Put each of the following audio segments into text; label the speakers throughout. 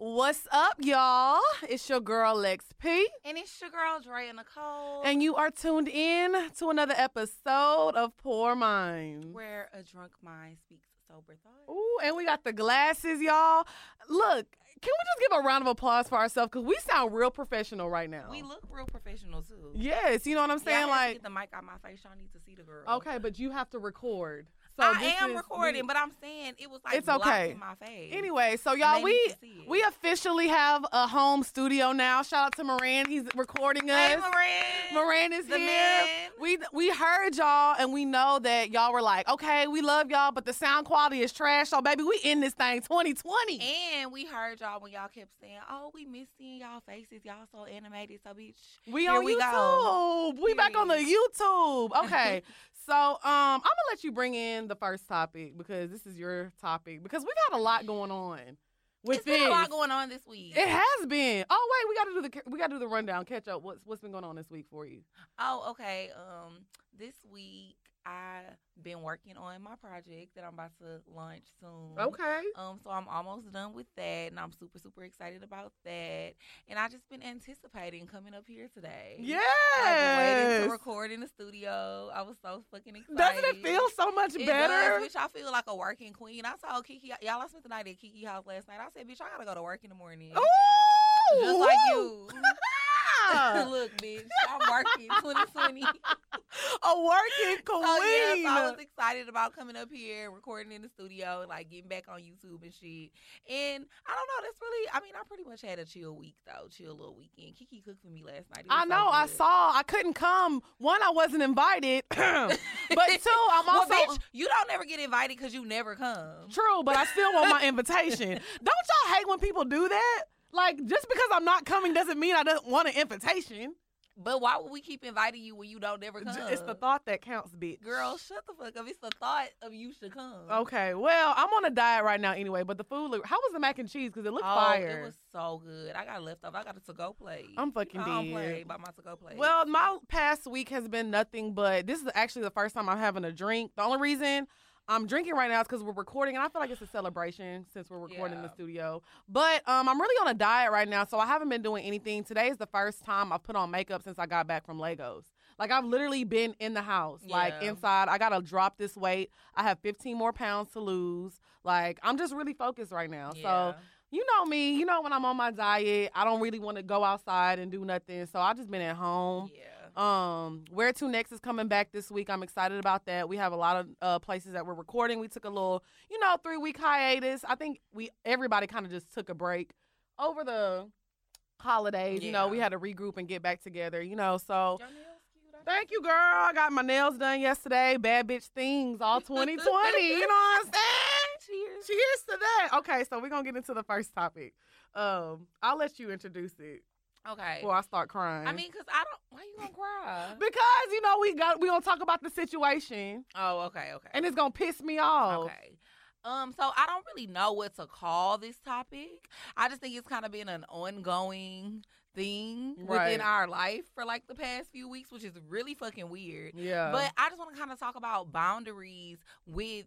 Speaker 1: What's up, y'all? It's your girl Lex P,
Speaker 2: And it's your girl Dre Nicole,
Speaker 1: and you are tuned in to another episode of Poor Minds.
Speaker 2: where a drunk mind speaks sober thoughts.
Speaker 1: Ooh, and we got the glasses, y'all. Look, can we just give a round of applause for ourselves? Because we sound real professional right now.
Speaker 2: We look real professional too.
Speaker 1: Yes, Oh, you know what I'm
Speaker 2: Y'all
Speaker 1: saying?
Speaker 2: have to
Speaker 1: like,
Speaker 2: get the mic out my face. Y'all need to see the girl.
Speaker 1: okay, but you have to record.
Speaker 2: I
Speaker 1: this
Speaker 2: am
Speaker 1: is-
Speaker 2: recording,
Speaker 1: we-
Speaker 2: but I'm saying it was like
Speaker 1: It's okay.
Speaker 2: blocking my face.
Speaker 1: Anyway, so
Speaker 2: And they
Speaker 1: y'all, we
Speaker 2: need to see it.
Speaker 1: we officially have a home studio now. Shout out to Moran, he's recording us.
Speaker 2: Hey, Moran.
Speaker 1: Moran is
Speaker 2: the
Speaker 1: here.
Speaker 2: man.
Speaker 1: We we heard y'all and we know that y'all were like, okay, we love y'all, but the sound quality is trash. So baby, we in this thing 2020.
Speaker 2: And we heard y'all when y'all kept saying, "Oh, we miss seeing y'all faces. Y'all so animated." So, bitch,
Speaker 1: we
Speaker 2: here
Speaker 1: on
Speaker 2: we
Speaker 1: YouTube.
Speaker 2: go.
Speaker 1: We back on the
Speaker 2: Period.
Speaker 1: YouTube. Okay. so um I'm gonna let you bring in the first topic because this is your topic. Because we've had a lot going on with
Speaker 2: it's been a lot
Speaker 1: this.
Speaker 2: going on this week.
Speaker 1: It has been. Oh wait, we gotta do the ca- we gotta do the rundown, catch up. What's what's been going on this week for you?
Speaker 2: Oh, okay. Um, this week I've been working on my project that I'm about to launch soon.
Speaker 1: Okay.
Speaker 2: Um, so I'm almost done with that, and I'm super, super excited about that. And I just been anticipating coming up here today.
Speaker 1: Yes.
Speaker 2: Like, waiting to record in the studio. I was so fucking excited.
Speaker 1: Doesn't it feel so much
Speaker 2: It
Speaker 1: better?
Speaker 2: does, bitch. I feel like a working queen. I told Kiki, y'all. I spent the night at Kiki house last night. I said, bitch, I gotta go to work in the morning,
Speaker 1: Ooh,
Speaker 2: just like
Speaker 1: Oh, woo.
Speaker 2: you. Look, bitch, I'm working 2020.
Speaker 1: a working queen.
Speaker 2: So Oh, yes, I was excited about coming up here and recording in the studio and like getting back on YouTube and shit. And I don't know, that's really I mean, I pretty much had a chill week though, chill little weekend. Kiki cooked for me last night. It
Speaker 1: I
Speaker 2: was so
Speaker 1: know. I
Speaker 2: good.
Speaker 1: saw. I couldn't come. One, I wasn't invited. but two, I'm
Speaker 2: Well,
Speaker 1: also
Speaker 2: bitch, you don't ever get invited because you never come.
Speaker 1: true. But I still want my invitation. Don't y'all hate when people do that? Like just because I'm not coming doesn't mean I don't want an invitation.
Speaker 2: But why would we keep inviting you when you don't ever come?
Speaker 1: J- It's the thought that counts, bitch.
Speaker 2: Girl, shut the fuck up. It's the thought of you should come.
Speaker 1: Okay. Well, I'm on a diet right now anyway. But the food. Look, how was the mac and cheese? Because it looked
Speaker 2: Oh,
Speaker 1: fire.
Speaker 2: it was so good. I got left off. I got a to go plate.
Speaker 1: I'm fucking
Speaker 2: I don't
Speaker 1: dead.
Speaker 2: play by my to go plate.
Speaker 1: Well, my past week has been nothing but this is actually the first time I'm having a drink. The only reason I'm drinking right now is because we're recording, and I feel like it's a celebration since we're recording in the
Speaker 2: Yeah.
Speaker 1: studio. But um, I'm really on a diet right now, so I haven't been doing anything. Today is the first time I've put on makeup since I got back from Legos. Like I've literally been in the house, like
Speaker 2: Yeah.
Speaker 1: inside. I gotta drop this weight. I have 15 more pounds to lose. Like I'm just really focused right now. So
Speaker 2: Yeah.
Speaker 1: you know me, you know when I'm on my diet, I don't really want to go outside and do nothing. So I've just been at home.
Speaker 2: yeah.
Speaker 1: Um, Where to Next is coming back this week. I'm excited about that. We have a lot of uh, places that we're recording. We took a little, you know, three week hiatus. I think we everybody kind of just took a break over the holidays. You know,
Speaker 2: Yeah.
Speaker 1: we had to regroup and get back together. You know, so.
Speaker 2: Your nails cute. I
Speaker 1: Thank you, girl. I got my nails done yesterday. Bad bitch things all 2020. you know what I'm saying?
Speaker 2: Cheers.
Speaker 1: Cheers to that. Okay, so we're gonna get into the first topic. Um, I'll let you introduce it
Speaker 2: Okay.
Speaker 1: before I start crying.
Speaker 2: I mean, uh, cause I don't. Why you gonna cry?
Speaker 1: because you know we got we gonna talk about the situation,
Speaker 2: oh, okay, okay,
Speaker 1: and it's gonna piss me off.
Speaker 2: okay. Um, so I don't really know what to call this topic. I just think it's kind of been an ongoing thing
Speaker 1: Right.
Speaker 2: within our life for like the past few weeks, which is really fucking weird.
Speaker 1: Yeah,
Speaker 2: But I just want to kind of talk about boundaries with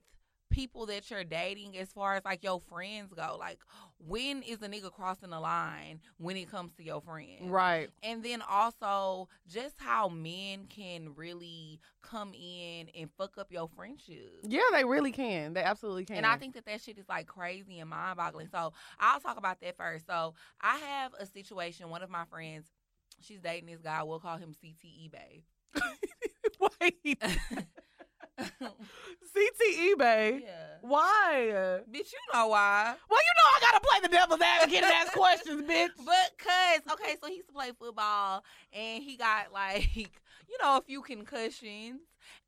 Speaker 2: people that you're dating as far as like your friends go. Like, when is a nigga crossing the line when it comes to your friends?
Speaker 1: right,
Speaker 2: And then also just how men can really come in and fuck up your friendship.
Speaker 1: yeah, they really can. They absolutely can.
Speaker 2: And I think that that shit is like crazy and mind boggling. So I'll talk about that first. So I have a situation. One of my friends, she's dating this guy. We'll call him E CTE Bay.
Speaker 1: wait, CTE
Speaker 2: yeah.
Speaker 1: Bay. Why?
Speaker 2: Bitch, you know why.
Speaker 1: Well, you know I gotta play the devil's advocate and ask questions, bitch.
Speaker 2: But cuz, okay, so he used to play football and he got like, you know, a few concussions.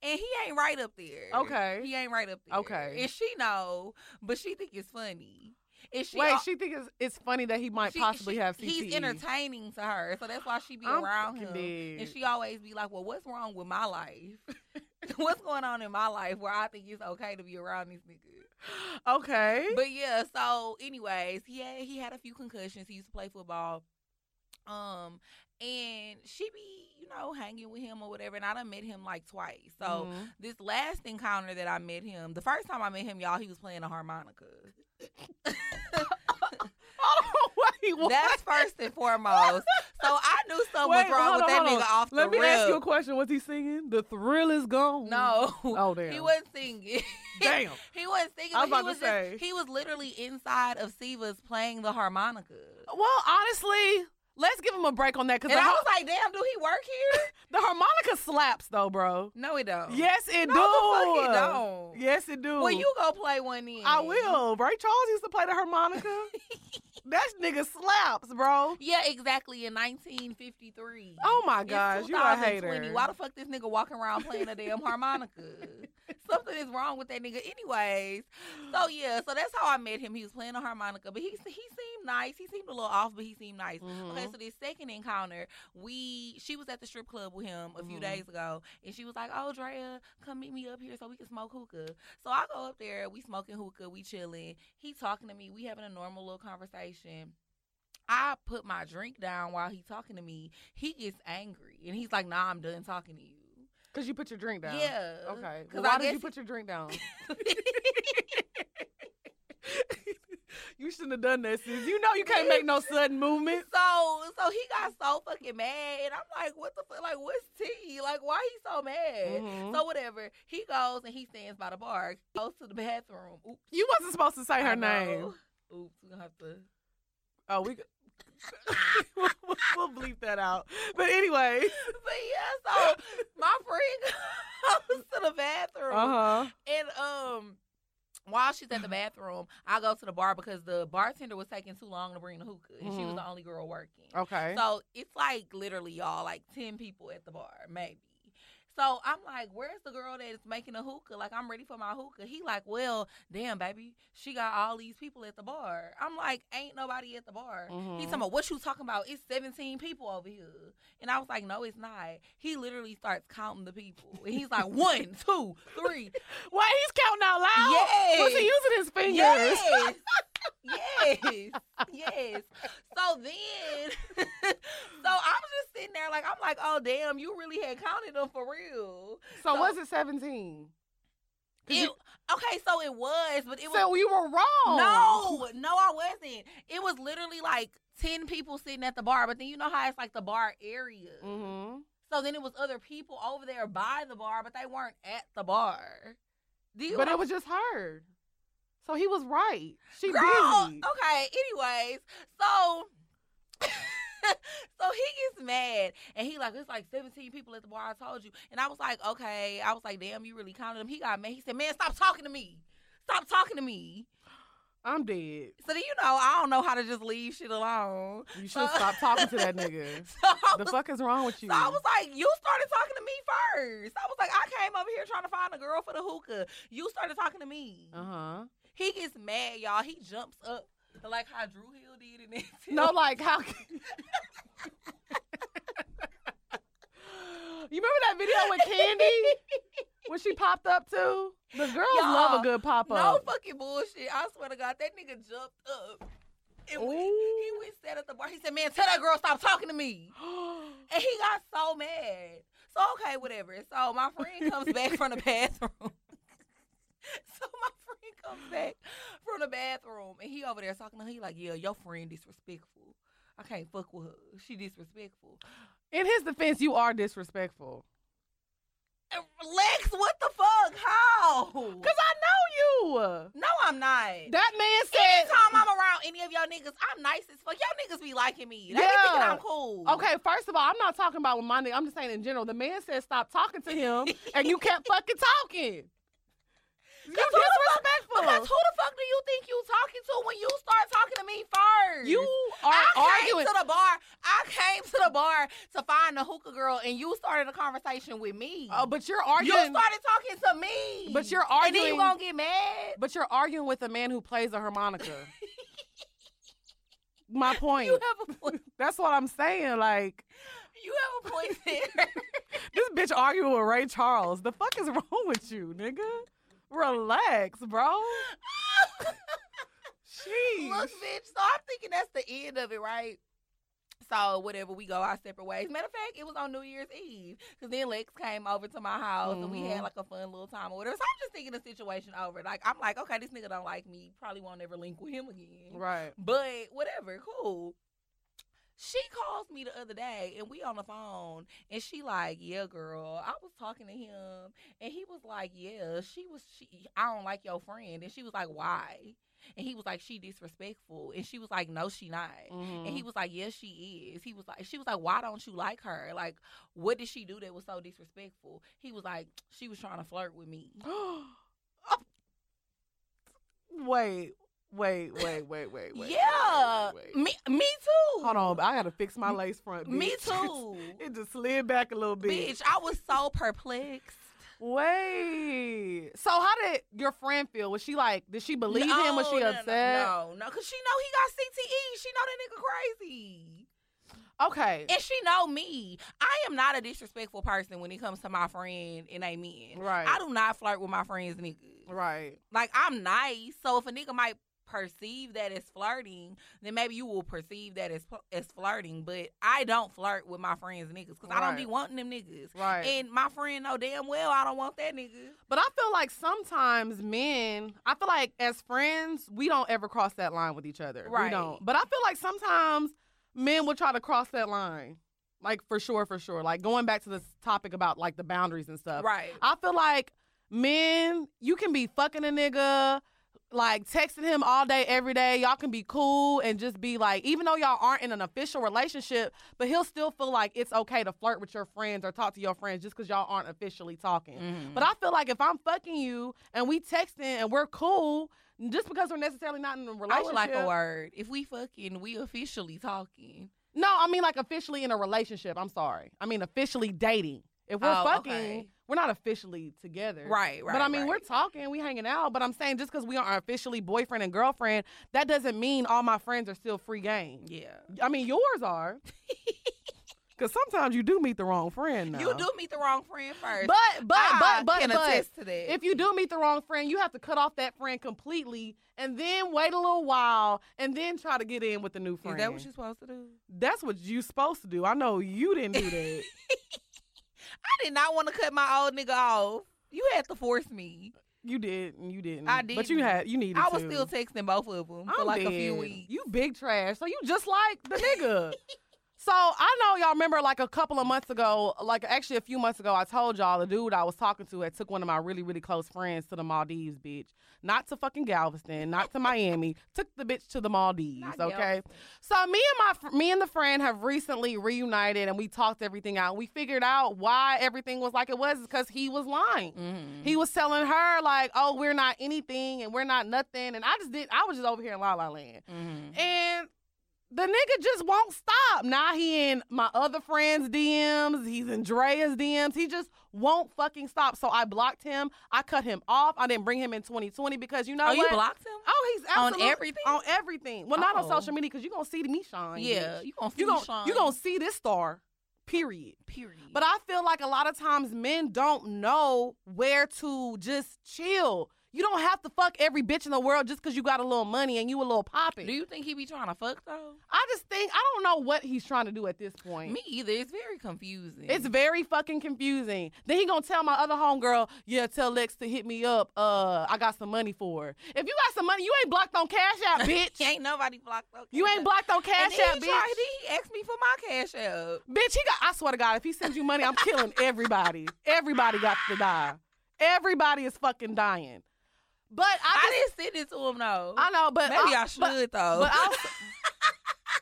Speaker 2: And he ain't right up there.
Speaker 1: Okay.
Speaker 2: He ain't right up there.
Speaker 1: Okay.
Speaker 2: And she know, but she think it's funny. And she
Speaker 1: Wait, she thinks it's, it's funny that he might
Speaker 2: she-
Speaker 1: possibly
Speaker 2: she-
Speaker 1: have CTE.
Speaker 2: He's entertaining to her, so that's why she be
Speaker 1: I'm
Speaker 2: around him.
Speaker 1: fucking dead.
Speaker 2: And she always be like, "Well, what's wrong with my life? what's going on in my life where I think it's okay to be around these niggas?"
Speaker 1: Okay.
Speaker 2: But yeah, so anyways, he had he had a few concussions. He used to play football. Um, and she be, you know, hanging with him or whatever. And I done met him like twice. So
Speaker 1: Mhm.
Speaker 2: this last encounter that I met him, the first time I met him, y'all, he was playing a harmonica.
Speaker 1: Hold on, wait. he was.
Speaker 2: That's first and foremost. So I knew something
Speaker 1: Wait,
Speaker 2: was wrong
Speaker 1: hold
Speaker 2: with
Speaker 1: on, hold
Speaker 2: that
Speaker 1: on.
Speaker 2: nigga off
Speaker 1: Let
Speaker 2: the
Speaker 1: me
Speaker 2: rip.
Speaker 1: ask you a question. Was he singing? The thrill is gone.
Speaker 2: no.
Speaker 1: Oh damn.
Speaker 2: He wasn't singing.
Speaker 1: Damn.
Speaker 2: He wasn't singing.
Speaker 1: I was about to
Speaker 2: but he was
Speaker 1: say.
Speaker 2: Just, he was literally inside of Siva's playing the harmonica.
Speaker 1: Well, honestly, let's give him a break on that because
Speaker 2: And
Speaker 1: Oh, the, har-
Speaker 2: I was like, damn, do he work here?
Speaker 1: the harmonica slaps though, bro.
Speaker 2: No, it don't.
Speaker 1: Yes, it
Speaker 2: no,
Speaker 1: do.
Speaker 2: The fuck it don't.
Speaker 1: Yes, it do.
Speaker 2: Well, you go play one in.
Speaker 1: I will. Ray Charles used to play the harmonica. that nigga slaps, bro.
Speaker 2: Yeah, exactly. In 1953.
Speaker 1: Oh my
Speaker 2: It's
Speaker 1: gosh, you a
Speaker 2: 2020.
Speaker 1: hater.
Speaker 2: Why the fuck this nigga walking around playing a damn harmonica? Something is wrong with that nigga. Anyways, so yeah, so that's how I met him. He was playing a harmonica, but he he seemed nice. He seemed a little off, but he seemed nice.
Speaker 1: Mhm.
Speaker 2: Okay, so this second encounter, we she was at the strip club with him a few
Speaker 1: Mhm.
Speaker 2: days ago, and she was like, "Oh, Drea, come meet me up here so we can smoke hookah." So I go up there, we smoking hookah, we chilling. He talking to me, we having a normal little conversation. I put my drink down while he talking to me. He gets angry and he's like, "Nah, I'm done talking to you."
Speaker 1: Cause you put your drink down.
Speaker 2: Yeah.
Speaker 1: Okay. Well,
Speaker 2: 'Cause
Speaker 1: why
Speaker 2: I
Speaker 1: did you
Speaker 2: guess
Speaker 1: put your drink down?
Speaker 2: he-
Speaker 1: you shouldn't have done that, sis. You know you can't make no sudden movements.
Speaker 2: So so he got so fucking mad, and I'm like, what the fuck? Like, what's T? Like, why he so mad?
Speaker 1: Mhm.
Speaker 2: So whatever, he goes and he stands by the bar, goes to the bathroom. Oops,
Speaker 1: You wasn't supposed to say
Speaker 2: I
Speaker 1: her
Speaker 2: know.
Speaker 1: name.
Speaker 2: Oops, we gonna have to.
Speaker 1: Oh, we we'll, we'll bleep that out. But anyway,
Speaker 2: But yeah, so my friend goes to the bathroom,
Speaker 1: uh huh.
Speaker 2: and um. While she's
Speaker 1: Mm-hmm.
Speaker 2: at the bathroom, I go to the bar because the bartender was taking too long to bring the hookah, and she was
Speaker 1: Mhm.
Speaker 2: the only girl working.
Speaker 1: Okay.
Speaker 2: So it's like literally y'all, like ten people at the bar, maybe. So I'm like, where's the girl that is making a hookah? Like I'm ready for my hookah. He like, well, damn baby, she got all these people at the bar. I'm like, ain't nobody at the bar. He
Speaker 1: Mhm.
Speaker 2: talking about what you talking about? It's 17 people over here, and I was like, no, it's not. He literally starts counting the people, and he's like, one, two, three.
Speaker 1: Wait, he's counting out loud.
Speaker 2: Yes.
Speaker 1: Was he using his fingers?
Speaker 2: Yes. yes. Yes. So then so I was just sitting there like I'm like, oh damn, you really had counted them for real.
Speaker 1: So,
Speaker 2: So-
Speaker 1: was it seventeen? 'Cause
Speaker 2: It-
Speaker 1: you-
Speaker 2: okay, so it was, but it was
Speaker 1: so oh. you were wrong.
Speaker 2: No, no, I wasn't. It was literally like ten people sitting at the bar, but then you know how it's like the bar area.
Speaker 1: Mm-hmm.
Speaker 2: So then it was other people over there by the bar, but they weren't at the bar. Do you
Speaker 1: But it was just her. So he was right. She
Speaker 2: Girl,
Speaker 1: did.
Speaker 2: okay. Anyways, so so he gets mad and he like it's like 17 people at the bar. I told you, and I was like, okay. I was like, damn, you really counted them. He got mad. He said, man, stop talking to me. Stop talking to me.
Speaker 1: I'm dead.
Speaker 2: So then you know, I don't know how to just leave shit alone.
Speaker 1: You should stop talking to that nigga.
Speaker 2: So I
Speaker 1: The
Speaker 2: was,
Speaker 1: fuck is wrong with you?
Speaker 2: so I was like, you started talking to me first. I was like, I came over here trying to find a girl for the hookah. You started talking to me.
Speaker 1: Uh huh.
Speaker 2: He gets mad, y'all. He jumps up like how Drew Hill did in that.
Speaker 1: No, like how? you remember that video with Candy when she popped up too? The girls
Speaker 2: Y'all,
Speaker 1: love a good pop
Speaker 2: No
Speaker 1: up.
Speaker 2: fucking bullshit. I swear to God, that nigga jumped up. And
Speaker 1: Ooh.
Speaker 2: went, he went sat at the bar. He said, Man, tell that girl stop talking to me. And he got so mad. So okay, whatever. So my friend comes back from the bathroom. so my friend comes back from the bathroom and he over there talking to her. He like, Yeah, your friend disrespectful. I can't fuck with her. She disrespectful.
Speaker 1: In his defense, you are disrespectful.
Speaker 2: And Lex, what the fuck? How?
Speaker 1: Cause I know
Speaker 2: No, I'm not.
Speaker 1: you. That man said.
Speaker 2: Anytime I'm around any of y'all niggas, I'm nice as fuck. Y'all niggas be liking me. They be thinking
Speaker 1: Yeah.
Speaker 2: I'm cool.
Speaker 1: Okay, first of all, I'm not talking about with my nigga. I'm just saying in general. The man said stop talking to him, and you kept fucking talking. You
Speaker 2: Because who the fuck- Because
Speaker 1: disrespectful.
Speaker 2: who the fuck do you think you talking to when you start talking to me first?
Speaker 1: You are
Speaker 2: I came
Speaker 1: arguing.
Speaker 2: to the bar. I came to the bar to find the hookah girl, and you started a conversation with me.
Speaker 1: Oh, but you're
Speaker 2: you
Speaker 1: arguing.
Speaker 2: started talking to me.
Speaker 1: But you're
Speaker 2: And then you
Speaker 1: arguing-
Speaker 2: gonna get mad?
Speaker 1: But you're arguing with a man who plays a harmonica. My point.
Speaker 2: You have a point.
Speaker 1: That's what I'm saying. Like
Speaker 2: You have a point there.
Speaker 1: this bitch arguing with Ray Charles. The fuck is wrong with you, nigga? Relax, bro. Jeez.
Speaker 2: Look, bitch. So I'm thinking that's the end of it, right? So whatever, we go our separate ways. Matter of fact, it was on New Year's Eve because then Lex came over to my house and we
Speaker 1: Mhm.
Speaker 2: had like a fun little time or whatever. So I'm just thinking the situation over. Like I'm like, okay, this nigga don't like me. Probably won't ever link with him again.
Speaker 1: Right.
Speaker 2: But whatever, cool. She calls me the other day and we on the phone and she like, yeah, girl, I was talking to him and he was like, yeah, she was, she, I don't like your friend. And she was like, why? And he was like, she disrespectful. And she was like, no, she not.
Speaker 1: Mhm.
Speaker 2: And he was like, "Yes, she is." He was like, "She was like, why don't you like her? Like, what did she do that was so disrespectful?" He was like, "She was trying to flirt with me."
Speaker 1: Mm-hmm. wait, wait, wait, wait, wait, wait.
Speaker 2: yeah,
Speaker 1: wait, wait, wait.
Speaker 2: me, me too.
Speaker 1: Hold on, I gotta fix my lace front.
Speaker 2: me
Speaker 1: bitch.
Speaker 2: too,
Speaker 1: it just slid back a little bit.
Speaker 2: bitch. I was so perplexed.
Speaker 1: Wait. So how did your friend feel? Was she like? Did she believe him? Was
Speaker 2: No,
Speaker 1: she
Speaker 2: no, no,
Speaker 1: upset?
Speaker 2: No, no, because she know he got CTE. She know that nigga crazy.
Speaker 1: Okay.
Speaker 2: And she know me. I am not a disrespectful person when it comes to my friend and they men.
Speaker 1: right.
Speaker 2: I do not flirt with my friends, niggas.
Speaker 1: right.
Speaker 2: Like I'm nice, so if a nigga might perceive that as flirting, then maybe you will perceive that as as flirting. But I don't flirt with my friends niggas because I don't be
Speaker 1: Right.
Speaker 2: wanting them niggas.
Speaker 1: Right.
Speaker 2: And my friend know damn well I don't want that nigga.
Speaker 1: But I feel like sometimes men, I feel like as friends, we don't ever cross that line with each other. We
Speaker 2: Right.
Speaker 1: don't. But I feel like sometimes men will try to cross that line. Like for sure, for sure. Like going back to this topic about like the boundaries and stuff.
Speaker 2: Right.
Speaker 1: I feel like men, you can be fucking a nigga, like texting him all day, every day. Y'all can be cool and just be like, even though y'all aren't in an official relationship, but he'll still feel like it's okay to flirt with your friends or talk to your friends just because y'all aren't officially talking.
Speaker 2: Mhm.
Speaker 1: But I feel like if I'm fucking you and we texting and we're cool, just because we're necessarily not in a relationship.
Speaker 2: I would like a word. If we fucking, we officially talking.
Speaker 1: No, I mean like officially in a relationship. I'm sorry. I mean officially dating. If we're
Speaker 2: Oh,
Speaker 1: fucking,
Speaker 2: okay.
Speaker 1: we're not officially together.
Speaker 2: Right, right.
Speaker 1: But I mean,
Speaker 2: right.
Speaker 1: we're talking, we hanging out. But I'm saying just because we aren't officially boyfriend and girlfriend, that doesn't mean all my friends are still free game.
Speaker 2: yeah.
Speaker 1: I mean, yours are. Because sometimes you do meet the wrong friend. Now.
Speaker 2: You do meet the wrong friend first.
Speaker 1: But but
Speaker 2: I
Speaker 1: but but
Speaker 2: can
Speaker 1: but
Speaker 2: attest to that.
Speaker 1: if you do meet the wrong friend, you have to cut off that friend completely, and then wait a little while, and then try to get in with the new friend.
Speaker 2: is that what you're supposed to do?
Speaker 1: That's what you supposed to do. I know you didn't do that.
Speaker 2: I did not want to cut my old nigga off. You had to force me.
Speaker 1: You did, and you didn't.
Speaker 2: I
Speaker 1: but you
Speaker 2: didn't.
Speaker 1: had you needed.
Speaker 2: I was
Speaker 1: to.
Speaker 2: still texting both of them for
Speaker 1: I'm
Speaker 2: like a few
Speaker 1: dead.
Speaker 2: weeks.
Speaker 1: You big trash. So you just like the nigga. so I know y'all remember like a couple of months ago, like actually a few months ago, I told y'all the dude I was talking to had took one of my really really close friends to the Maldives, bitch. Not to fucking Galveston, not to Miami. Took the bitch to the Maldives.
Speaker 2: Not
Speaker 1: okay.
Speaker 2: Galveston.
Speaker 1: So me and my fr- me and the friend have recently reunited and we talked everything out. We figured out why everything was like it was because he was lying.
Speaker 2: Mhm.
Speaker 1: He was telling her like, "Oh, we're not anything and we're not nothing." And I just did. I was just over here in La La Land,
Speaker 2: Mhm.
Speaker 1: and the nigga just won't stop. Now he in my other friends' DMs. He's in Drea's DMs. He just won't fucking stop. So I blocked him. I cut him off. I didn't bring him in 2020 because you know
Speaker 2: Oh,
Speaker 1: what?
Speaker 2: you blocked him?
Speaker 1: Oh, he's
Speaker 2: On
Speaker 1: absolutely-
Speaker 2: everything?
Speaker 1: On everything. Well, not on
Speaker 2: Oh.
Speaker 1: social media because you gonna see me shine.
Speaker 2: yeah,
Speaker 1: bitch.
Speaker 2: you gonna
Speaker 1: you
Speaker 2: feel
Speaker 1: gonna you gonna see this star. Period.
Speaker 2: period.
Speaker 1: But I feel like a lot of times men don't know where to just chill. You don't have to fuck every bitch in the world just because you got a little money and you a little poppin'.
Speaker 2: do you think he be trying to fuck though?
Speaker 1: I just think I don't know what he's trying to do at this point.
Speaker 2: Me either. It's very confusing.
Speaker 1: It's very fucking confusing. Then he gonna tell my other homegirl, yeah, tell Lex to hit me up. Uh, I got some money for her. If you got some money, you ain't blocked on Cash App, bitch.
Speaker 2: ain't nobody blocked. Okay,
Speaker 1: you ain't blocked on
Speaker 2: And
Speaker 1: Cash
Speaker 2: then
Speaker 1: App,
Speaker 2: he
Speaker 1: bitch.
Speaker 2: tried- He asked me for my cash app.
Speaker 1: Bitch, he got. I swear to God, if he sends you money, I'm killing everybody. Everybody got to die. Everybody is fucking dying. But
Speaker 2: I,
Speaker 1: I,
Speaker 2: didn't send it to him though.
Speaker 1: just, I know, but
Speaker 2: Maybe I,
Speaker 1: I'll-
Speaker 2: should
Speaker 1: But,
Speaker 2: though.
Speaker 1: but I'll,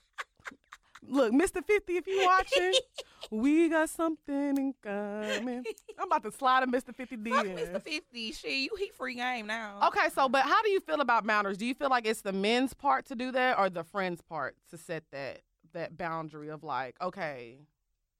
Speaker 1: look, Mr. Fifty, if you watching, we got something in common. I'm about to slide a Mr. Fifty D.
Speaker 2: fuck Mr. Fifty. She, you, he free game now.
Speaker 1: Okay, so but how do you feel about boundaries? Do you feel like it's the men's part to do that or the friend's part to set that that boundary of like, okay,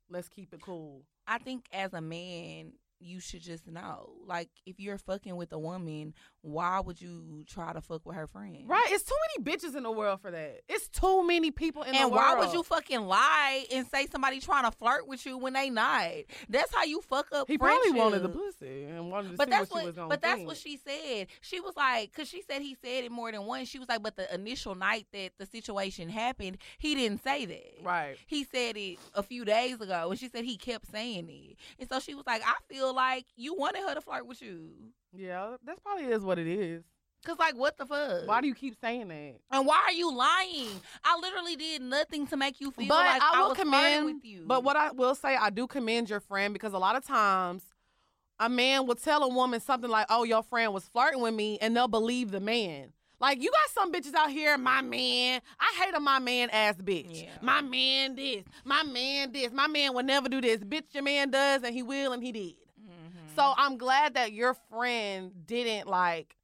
Speaker 1: let's keep it cool.
Speaker 2: I think as a man, you should just know. Like, if you're fucking with a woman, why would you try to fuck with her friend?
Speaker 1: Right? It's too many bitches in the world for that. It's too many people in the
Speaker 2: and
Speaker 1: world.
Speaker 2: why would you fucking lie and say somebody trying to flirt with you when they not? That's how you fuck up.
Speaker 1: He probably wanted the
Speaker 2: friendships.
Speaker 1: pussy and wanted to
Speaker 2: But
Speaker 1: see
Speaker 2: that's
Speaker 1: what she was
Speaker 2: what,
Speaker 1: gonna
Speaker 2: but that's
Speaker 1: think.
Speaker 2: what she said. She was like, because she said he said it more than once. She was like, but the initial night that the situation happened, he didn't say that.
Speaker 1: Right.
Speaker 2: He said it a few days ago, and she said he kept saying it. And so she was like, I feel like you wanted her to flirt with you.
Speaker 1: Yeah, that's probably is what it is.
Speaker 2: Cause like what the fuck?
Speaker 1: Why do you keep saying that?
Speaker 2: and why are you lying? I literally did nothing to make you feel
Speaker 1: But
Speaker 2: like
Speaker 1: I
Speaker 2: I,
Speaker 1: will
Speaker 2: was
Speaker 1: commend-
Speaker 2: flirting with you.
Speaker 1: But what I will say, I do commend your friend because a lot of times a man will tell a woman something like, oh, your friend was flirting with me, and they'll believe the man. Like, you got some bitches out here, my man, I hate a my man ass bitch.
Speaker 2: Yeah.
Speaker 1: My man this, my man this, my man will never do this. Bitch, your man does, and he will, and he did.
Speaker 2: Mhm.
Speaker 1: So I'm glad that your friend didn't like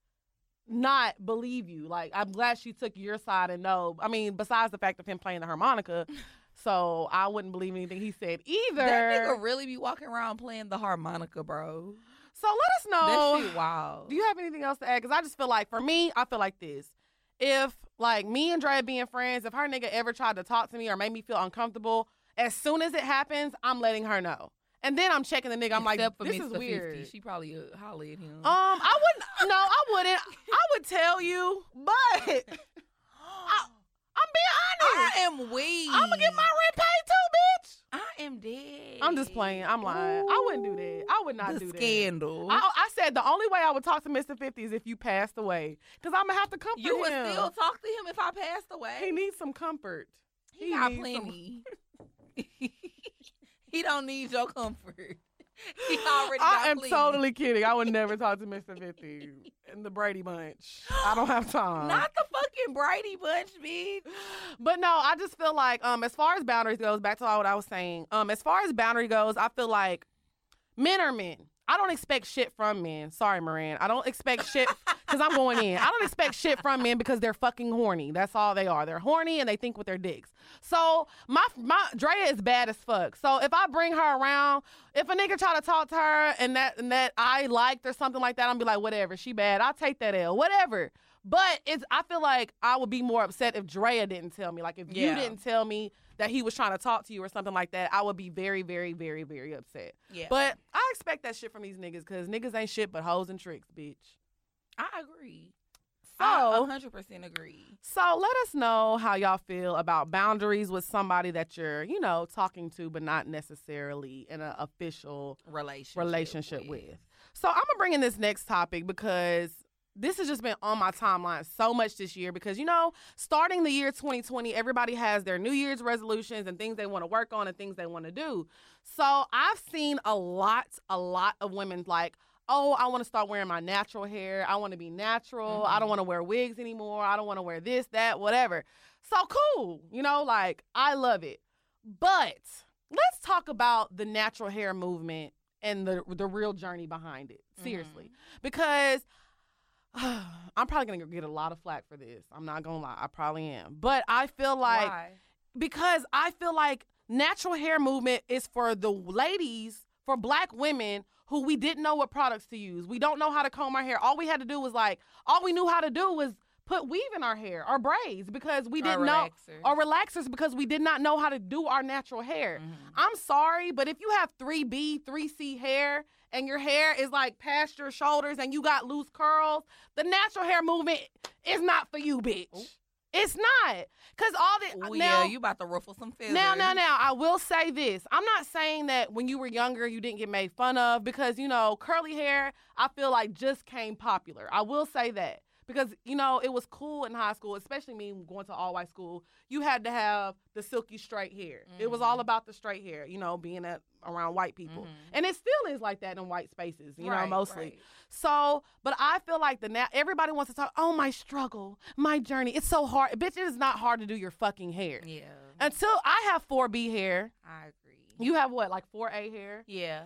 Speaker 1: not believe you. Like I'm glad she took your side and no. I mean, besides the fact of him playing the harmonica, so I wouldn't believe anything he said either.
Speaker 2: that nigga really be walking around playing the harmonica, bro.
Speaker 1: so let us
Speaker 2: That
Speaker 1: know.
Speaker 2: shit wild.
Speaker 1: Do you have anything else to add? Because I just feel like for me, I feel like this. If like me and Dre being friends, if her nigga ever tried to talk to me or made me feel uncomfortable, as soon as it happens, I'm letting her know. And then I'm checking the nigga. I'm like,
Speaker 2: Except for
Speaker 1: this
Speaker 2: Mr.
Speaker 1: is
Speaker 2: 50.
Speaker 1: weird.
Speaker 2: She probably uh, hollered at him.
Speaker 1: Um, I wouldn't. No, I wouldn't. I would tell you, but I'm being
Speaker 2: I
Speaker 1: honest.
Speaker 2: am weak.
Speaker 1: I'm gonna get my rent paid too, bitch.
Speaker 2: I am dead.
Speaker 1: I'm just playing. I'm lying. I wouldn't do that. I would not
Speaker 2: the
Speaker 1: do
Speaker 2: scandal.
Speaker 1: that. I, I said the only way I would talk to Mr. Fifty is if you passed away, cause I'm gonna have to comfort
Speaker 2: you would
Speaker 1: him.
Speaker 2: still talk to him if I passed away.
Speaker 1: he needs some comfort.
Speaker 2: He,
Speaker 1: He
Speaker 2: got
Speaker 1: needs
Speaker 2: plenty. he don't need your comfort. He already
Speaker 1: I
Speaker 2: got
Speaker 1: am
Speaker 2: plenty.
Speaker 1: totally kidding. I would never talk to Mr. Fifty and the Brady Bunch. I don't have time.
Speaker 2: not the fucking Brady Bunch, bitch.
Speaker 1: But no, I just feel like um as far as boundaries goes, back to what I was saying. Um as far as boundary goes, I feel like men are men. I don't expect shit from men. Sorry, Moran. I don't expect shit because I'm going in. I don't expect shit from men because they're fucking horny. That's all they are. They're horny and they think with their dicks. So my my Drea is bad as fuck. So if I bring her around, if a nigga try to talk to her and that and that I liked or something like that, I'm be like, whatever, she bad. I'll take that L. Whatever. But it's I feel like I would be more upset if Drea didn't tell me. Like if you
Speaker 2: Yeah.
Speaker 1: didn't tell me that he was trying to talk to you or something like that, I would be very, very, very, very upset.
Speaker 2: Yeah,
Speaker 1: But I expect that shit from these niggas because niggas ain't shit but hoes and tricks, bitch.
Speaker 2: I agree. I
Speaker 1: So,
Speaker 2: 100% agree.
Speaker 1: so let us know how y'all feel about boundaries with somebody that you're, you know, talking to, but not necessarily in an official
Speaker 2: Relationship.
Speaker 1: relationship with. So I'm gonna bring in this next topic because this has just been on my timeline so much this year because you know, starting the year 2020, everybody has their New Year's resolutions and things they want to work on and things they want to do. So I've seen a lot, a lot of women like, oh, I want to start wearing my natural hair. I want to be natural. I don't
Speaker 2: Mhm.
Speaker 1: want to wear wigs anymore. I don't want to wear this, that, whatever. So cool. You know, like I love it. But let's talk about the natural hair movement and the the real journey behind it. Seriously. Because I'm probably gonna get a lot of flack for this. I'm not gonna lie. I probably am. But I feel like
Speaker 2: Why?
Speaker 1: because I feel like natural hair movement is for the ladies, for black women who we didn't know what products to use. We don't know how to comb our hair. All we had to do was like, all we knew how to do was put weave in our hair or braids because we
Speaker 2: Or
Speaker 1: didn't know
Speaker 2: relaxers.
Speaker 1: or relaxers because we did not know how to do our natural hair.
Speaker 2: Mhm.
Speaker 1: I'm sorry, but if you have 3B, 3C hair and your hair is like past your shoulders and you got loose curls, the natural hair movement is not for you, bitch.
Speaker 2: Ooh.
Speaker 1: It's not. Cause all the
Speaker 2: Ooh,
Speaker 1: now,
Speaker 2: yeah, you about to ruffle some feathers.
Speaker 1: now, now, now, I will say this. I'm not saying that when you were younger you didn't get made fun of because, you know, curly hair, I feel like just came popular. I will say that. Because, you know, it was cool in high school, especially me going to all white school. You had to have the silky straight hair. It was
Speaker 2: Mhm.
Speaker 1: all about the straight hair, you know, being at, around white people.
Speaker 2: Mhm.
Speaker 1: And it still is like that in white spaces, you know,
Speaker 2: Right,
Speaker 1: mostly.
Speaker 2: right.
Speaker 1: So, but I feel like the now everybody wants to talk, oh, my struggle, my journey. It's so hard. Bitch, it is not hard to do your fucking hair.
Speaker 2: Yeah,
Speaker 1: Until I have 4B hair,
Speaker 2: I agree.
Speaker 1: you have what, like 4A hair?
Speaker 2: Yeah,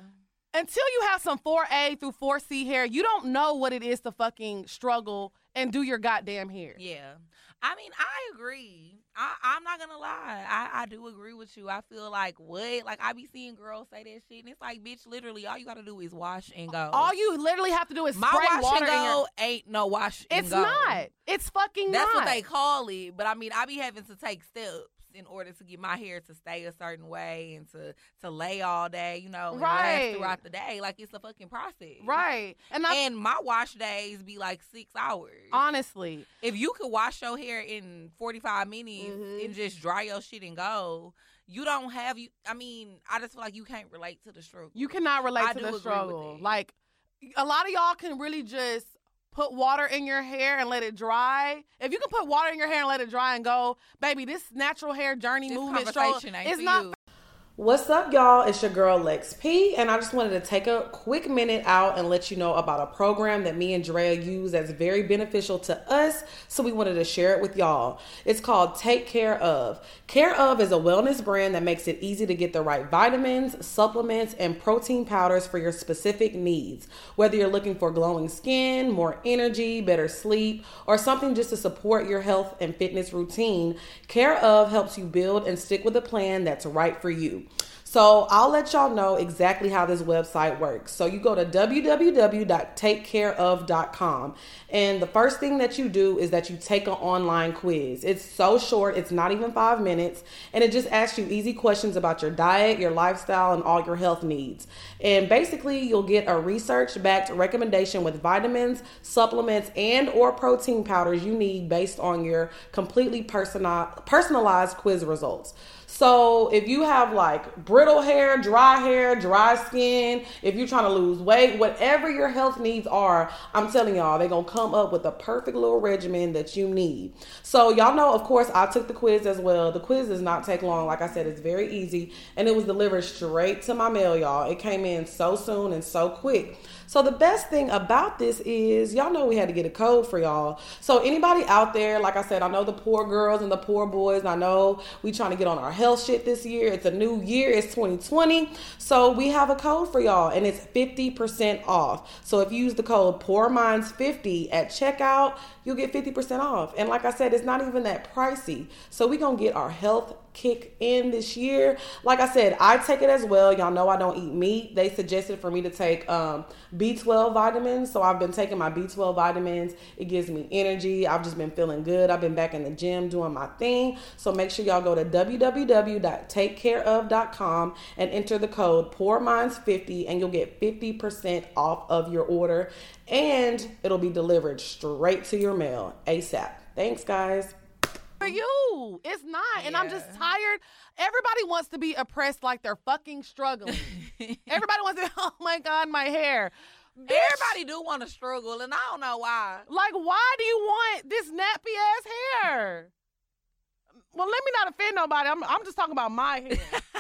Speaker 1: Until you have some 4A through 4C hair, you don't know what it is to fucking struggle
Speaker 3: and do your goddamn hair.
Speaker 2: Yeah. I mean, I agree. I, I'm not gonna lie. I, I do agree with you. I feel like what? Like I be seeing girls say that shit and it's like, bitch, literally all you gotta do is wash and go.
Speaker 3: All you literally have to do is
Speaker 2: My
Speaker 3: spray
Speaker 2: wash
Speaker 3: water
Speaker 2: and
Speaker 3: in your-
Speaker 2: go ain't no wash and
Speaker 3: It's
Speaker 2: go.
Speaker 3: not. It's fucking
Speaker 2: That's
Speaker 3: not.
Speaker 2: what they call it. But I mean, I be having to take steps in order to get my hair to stay a certain way and to to lay all day, you know, and last
Speaker 3: Right.
Speaker 2: throughout the day. Like it's a fucking process.
Speaker 3: right. And I
Speaker 2: And my wash days be like six hours.
Speaker 3: honestly,
Speaker 2: if you could wash your hair in 45 minutes
Speaker 1: Mm-hmm.
Speaker 3: Mhm.
Speaker 2: and just dry your shit and go, you don't have you. I mean, I just feel like you can't relate to the struggle.
Speaker 3: you cannot relate
Speaker 2: I do
Speaker 3: to the
Speaker 2: agree with
Speaker 3: struggle.
Speaker 2: that.
Speaker 3: Like a lot of y'all can really just put water in your hair and let it dry. If you can put water in your hair and let it dry and go, baby, this natural hair journey
Speaker 2: This
Speaker 3: movement
Speaker 2: conversation
Speaker 3: stroll-
Speaker 2: ain't
Speaker 3: it's
Speaker 2: for
Speaker 3: not
Speaker 2: you.
Speaker 3: What's up, y'all? It's your girl Lex P, and I just wanted to take a quick minute out and let you know about a program that me and Drea use that's very beneficial to us. So we wanted to share it with y'all. It's called Take Care of. Care of is a wellness brand that makes it easy to get the right vitamins, supplements, and protein powders for your specific needs. Whether you're looking for glowing skin, more energy, better sleep, or something just to support your health and fitness routine, Care of helps you build and stick with a plan that's right for you. So I'll let y'all know exactly how this website works. So you go to www.takecareof.com, and the first thing that you do is that you take an online quiz. It's so short, it's not even five minutes, and it just asks you easy questions about your diet, your lifestyle, and all your health needs. And basically, you'll get a research-backed recommendation with vitamins, supplements, and or protein powders you need based on your completely personal personalized quiz results. So if you have like brittle hair, dry hair, dry skin, if you're trying to lose weight, whatever your health needs are, I'm telling y'all, they're gonna come up with the perfect little regimen that you need. So y'all know, of course, I took the quiz as well. The quiz does not take long. Like I said, it's very easy and it was delivered straight to my mail, y'all. It came in so soon and so quick. So the best thing about this is y'all know we had to get a code for y'all. So anybody out there, like I said, I know the poor girls and the poor boys, and I know we trying to get on our health shit this year. It's a new year, it's 2020. So we have a code for y'all and it's 50% off. So if you use the code PoorMinds50 at checkout, you'll get 50% off. And like I said, it's not even that pricey. So we going to get our health kick in this year. Like I said, I take it as well. Y'all know I don't eat meat. They suggested for me to take um, B12 vitamins. So I've been taking my B12 vitamins. It gives me energy. I've just been feeling good. I've been back in the gym doing my thing. So make sure y'all go to www.takecareof.com and enter the code PoorMinds50 and you'll get 50% off of your order and it'll be delivered straight to your mail ASAP. Thanks, guys.
Speaker 1: for you. It's not. And I'm just
Speaker 2: Yeah.
Speaker 1: tired. Everybody wants to be oppressed like they're fucking struggling. Everybody wants to be, oh my God, my hair. Bitch,
Speaker 2: Everybody do want to struggle, and I don't know why.
Speaker 1: like, why do you want this nappy ass hair? Well, let me not offend nobody. I'm, I'm just talking about my hair,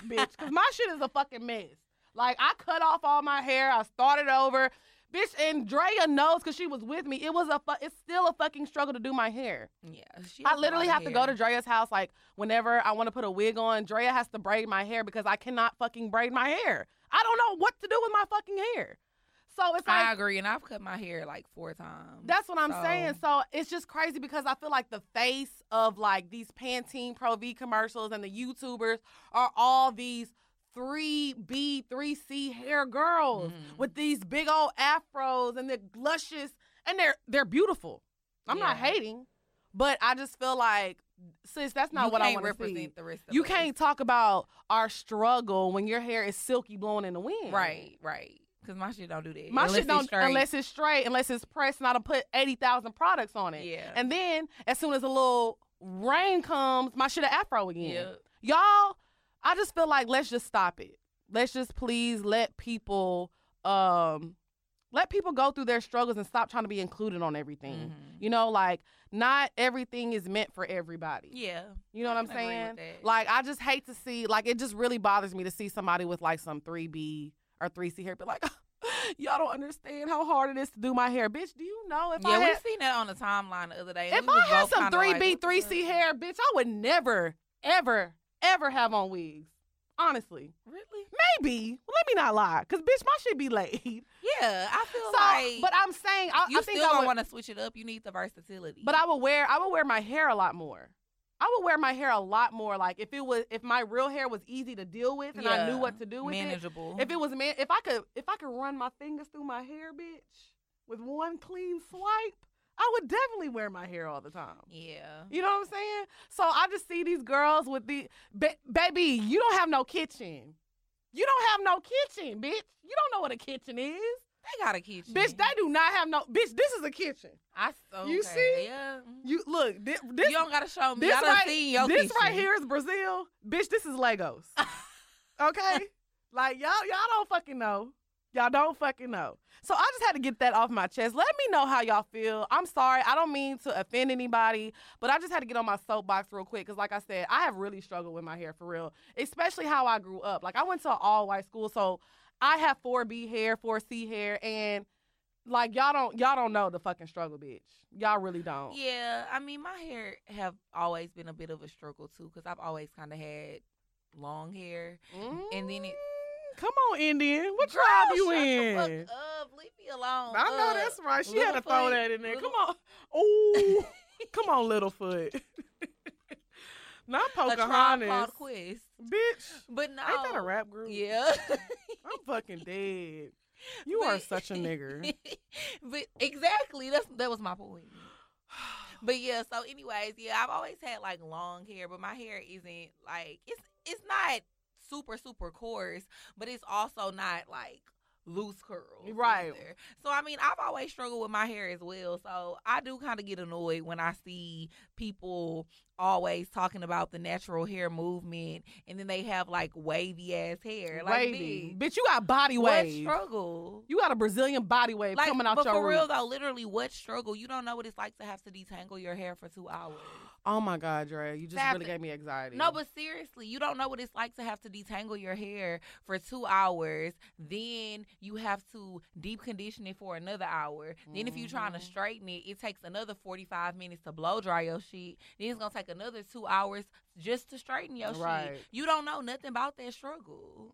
Speaker 1: bitch, because my shit is a fucking mess. Like, I cut off all my hair, I started over. Bitch, and Drea knows because she was with me. It was a, fu- it's still a fucking struggle to do my hair.
Speaker 2: Yeah, she
Speaker 1: I
Speaker 2: has a
Speaker 1: literally
Speaker 2: lot
Speaker 1: have
Speaker 2: of
Speaker 1: to go to
Speaker 2: hair.
Speaker 1: Drea's house like whenever I want to put a wig on. Drea has to braid my hair because I cannot fucking braid my hair. I don't know what to do with my fucking hair. So it's like
Speaker 2: I agree, and I've cut my hair like four times.
Speaker 1: that's what I'm
Speaker 2: so-
Speaker 1: saying. So it's just crazy because I feel like the face of like these Pantene Pro V commercials and the YouTubers are all these 3B, 3C hair girls
Speaker 2: Mhm.
Speaker 1: with these big old afros and they're luscious and they're they're beautiful. I'm not
Speaker 2: Yeah.
Speaker 1: hating, but I just feel like sis, that's not
Speaker 2: you
Speaker 1: what I
Speaker 2: can't
Speaker 1: want to
Speaker 2: represent
Speaker 1: see.
Speaker 2: the rest. Of
Speaker 1: You
Speaker 2: us.
Speaker 1: can't talk about our struggle when your hair is silky blowing in the wind.
Speaker 2: Right, right. Because my shit don't do that.
Speaker 1: My
Speaker 2: Unless
Speaker 1: shit
Speaker 2: it's
Speaker 1: don't
Speaker 2: straight.
Speaker 1: unless it's straight, unless it's pressed, and I done put eighty thousand products on it.
Speaker 2: yeah,
Speaker 1: And then as soon as a little rain comes, my shit a afro again.
Speaker 2: yeah.
Speaker 1: Y'all, I just feel like let's just stop it. Let's just please let people um let people go through their struggles and stop trying to be included on everything.
Speaker 2: Mhm.
Speaker 1: You know, like not everything is meant for everybody.
Speaker 2: Yeah,
Speaker 1: You know what I'm
Speaker 2: I can agree
Speaker 1: saying?
Speaker 2: with that.
Speaker 1: Like I just hate to see like it just really bothers me to see somebody with like some 3B or 3C hair be like y'all don't understand how hard it is to do my hair. Bitch, do you know if
Speaker 2: yeah,
Speaker 1: I
Speaker 2: we
Speaker 1: had
Speaker 2: seen that on the timeline the other day. and
Speaker 1: if
Speaker 2: we
Speaker 1: I
Speaker 2: was
Speaker 1: had
Speaker 2: both
Speaker 1: some
Speaker 2: kinda
Speaker 1: three
Speaker 2: like, mm.
Speaker 1: B,
Speaker 2: what the
Speaker 1: three C
Speaker 2: fuck?
Speaker 1: hair, bitch, I would never, ever, ever have on wigs. Honestly,
Speaker 2: Really?
Speaker 1: maybe. Well, let me not lie, cause bitch, my shit be laid.
Speaker 2: Yeah, I feel
Speaker 1: So,
Speaker 2: like.
Speaker 1: but I'm saying, I,
Speaker 2: you
Speaker 1: I think
Speaker 2: still
Speaker 1: I
Speaker 2: don't
Speaker 1: would,
Speaker 2: want to switch it up. You need the versatility.
Speaker 1: but I would wear, I would wear my hair a lot more. I would wear my hair a lot more. Like if it was, if my real hair was easy to deal with and I knew
Speaker 2: Yeah.
Speaker 1: what to do with it,
Speaker 2: manageable.
Speaker 1: If it was man, if I could, if I could run my fingers through my hair, bitch, with one clean swipe, I would definitely wear my hair all the time.
Speaker 2: yeah.
Speaker 1: You know what I'm saying? So I just see these girls with the ba- baby. You don't have no kitchen. You don't have no kitchen, bitch. You don't know what a kitchen is,
Speaker 2: They got a kitchen.
Speaker 1: bitch. They do not have no bitch. This is a kitchen.
Speaker 2: I okay.
Speaker 1: You see?
Speaker 2: Yeah.
Speaker 1: You look. thi- This,
Speaker 2: you don't gotta show me.
Speaker 1: this
Speaker 2: I um, done
Speaker 1: right-
Speaker 2: seen your
Speaker 1: this
Speaker 2: kitchen.
Speaker 1: right here is Brazil, bitch. This is Legos. okay, like y'all, y'all don't fucking know. Y'all don't fucking know. So I just had to get that off my chest. Let me know how y'all feel. I'm sorry. I don't mean to offend anybody, but I just had to get on my soapbox real quick because, like I said, I have really struggled with my hair for real, especially how I grew up. Like I went to an all white school, so I have 4B hair, 4C hair, and like y'all don't y'all don't know the fucking struggle, bitch. Y'all really don't.
Speaker 2: Yeah, I mean, my hair have always been a bit of a struggle too, because I've always kind of had long hair, and then it.
Speaker 1: Mm, Come on, Indian. What
Speaker 2: Girl,
Speaker 1: tribe you
Speaker 2: shut
Speaker 1: in?
Speaker 2: The fuck up. Leave me alone.
Speaker 1: I know
Speaker 2: Uh,
Speaker 1: that's right. She had to throw
Speaker 2: Littlefoot,
Speaker 1: that in there. Come
Speaker 2: Little-
Speaker 1: on. Ooh. Come on, Littlefoot. Not
Speaker 2: A tribe
Speaker 1: Pocahontas.
Speaker 2: called Quest,
Speaker 1: Bitch.
Speaker 2: but no.
Speaker 1: Ain't that a rap group?
Speaker 2: Yeah.
Speaker 1: I'm fucking dead. You are
Speaker 2: But-
Speaker 1: such a nigger. Mm-hmm.
Speaker 2: but exactly, that's that was my point. But yeah, so anyways, yeah, I've always had like long hair, but my hair isn't like it's it's not super super coarse, but it's also not like loose curls.
Speaker 1: Right.
Speaker 2: either. So I mean, I've always struggled with my hair as well. So I do kind of get annoyed when I see people always talking about the natural hair movement and then they have like wavy ass hair. Like
Speaker 1: Wavy.
Speaker 2: bitch,
Speaker 1: Bitch, you got body
Speaker 2: what
Speaker 1: wave.
Speaker 2: struggle?
Speaker 1: You got a Brazilian body wave
Speaker 2: Like,
Speaker 1: coming out
Speaker 2: but
Speaker 1: your
Speaker 2: for real
Speaker 1: roots.
Speaker 2: though, literally, what struggle? You don't know what it's like to have to detangle your hair for two hours.
Speaker 1: Oh my God, Dre. You just
Speaker 2: That's
Speaker 1: really
Speaker 2: it.
Speaker 1: gave me anxiety.
Speaker 2: No, but seriously, you don't know what it's like to have to detangle your hair for two hours. Then you have to deep condition it for another hour. Then if you're trying to
Speaker 1: Mhm.
Speaker 2: straighten it, it takes another 45 minutes to blow dry your shit. Then it's gonna take another two hours just to straighten your
Speaker 1: Right.
Speaker 2: shit. You don't know nothing about that struggle.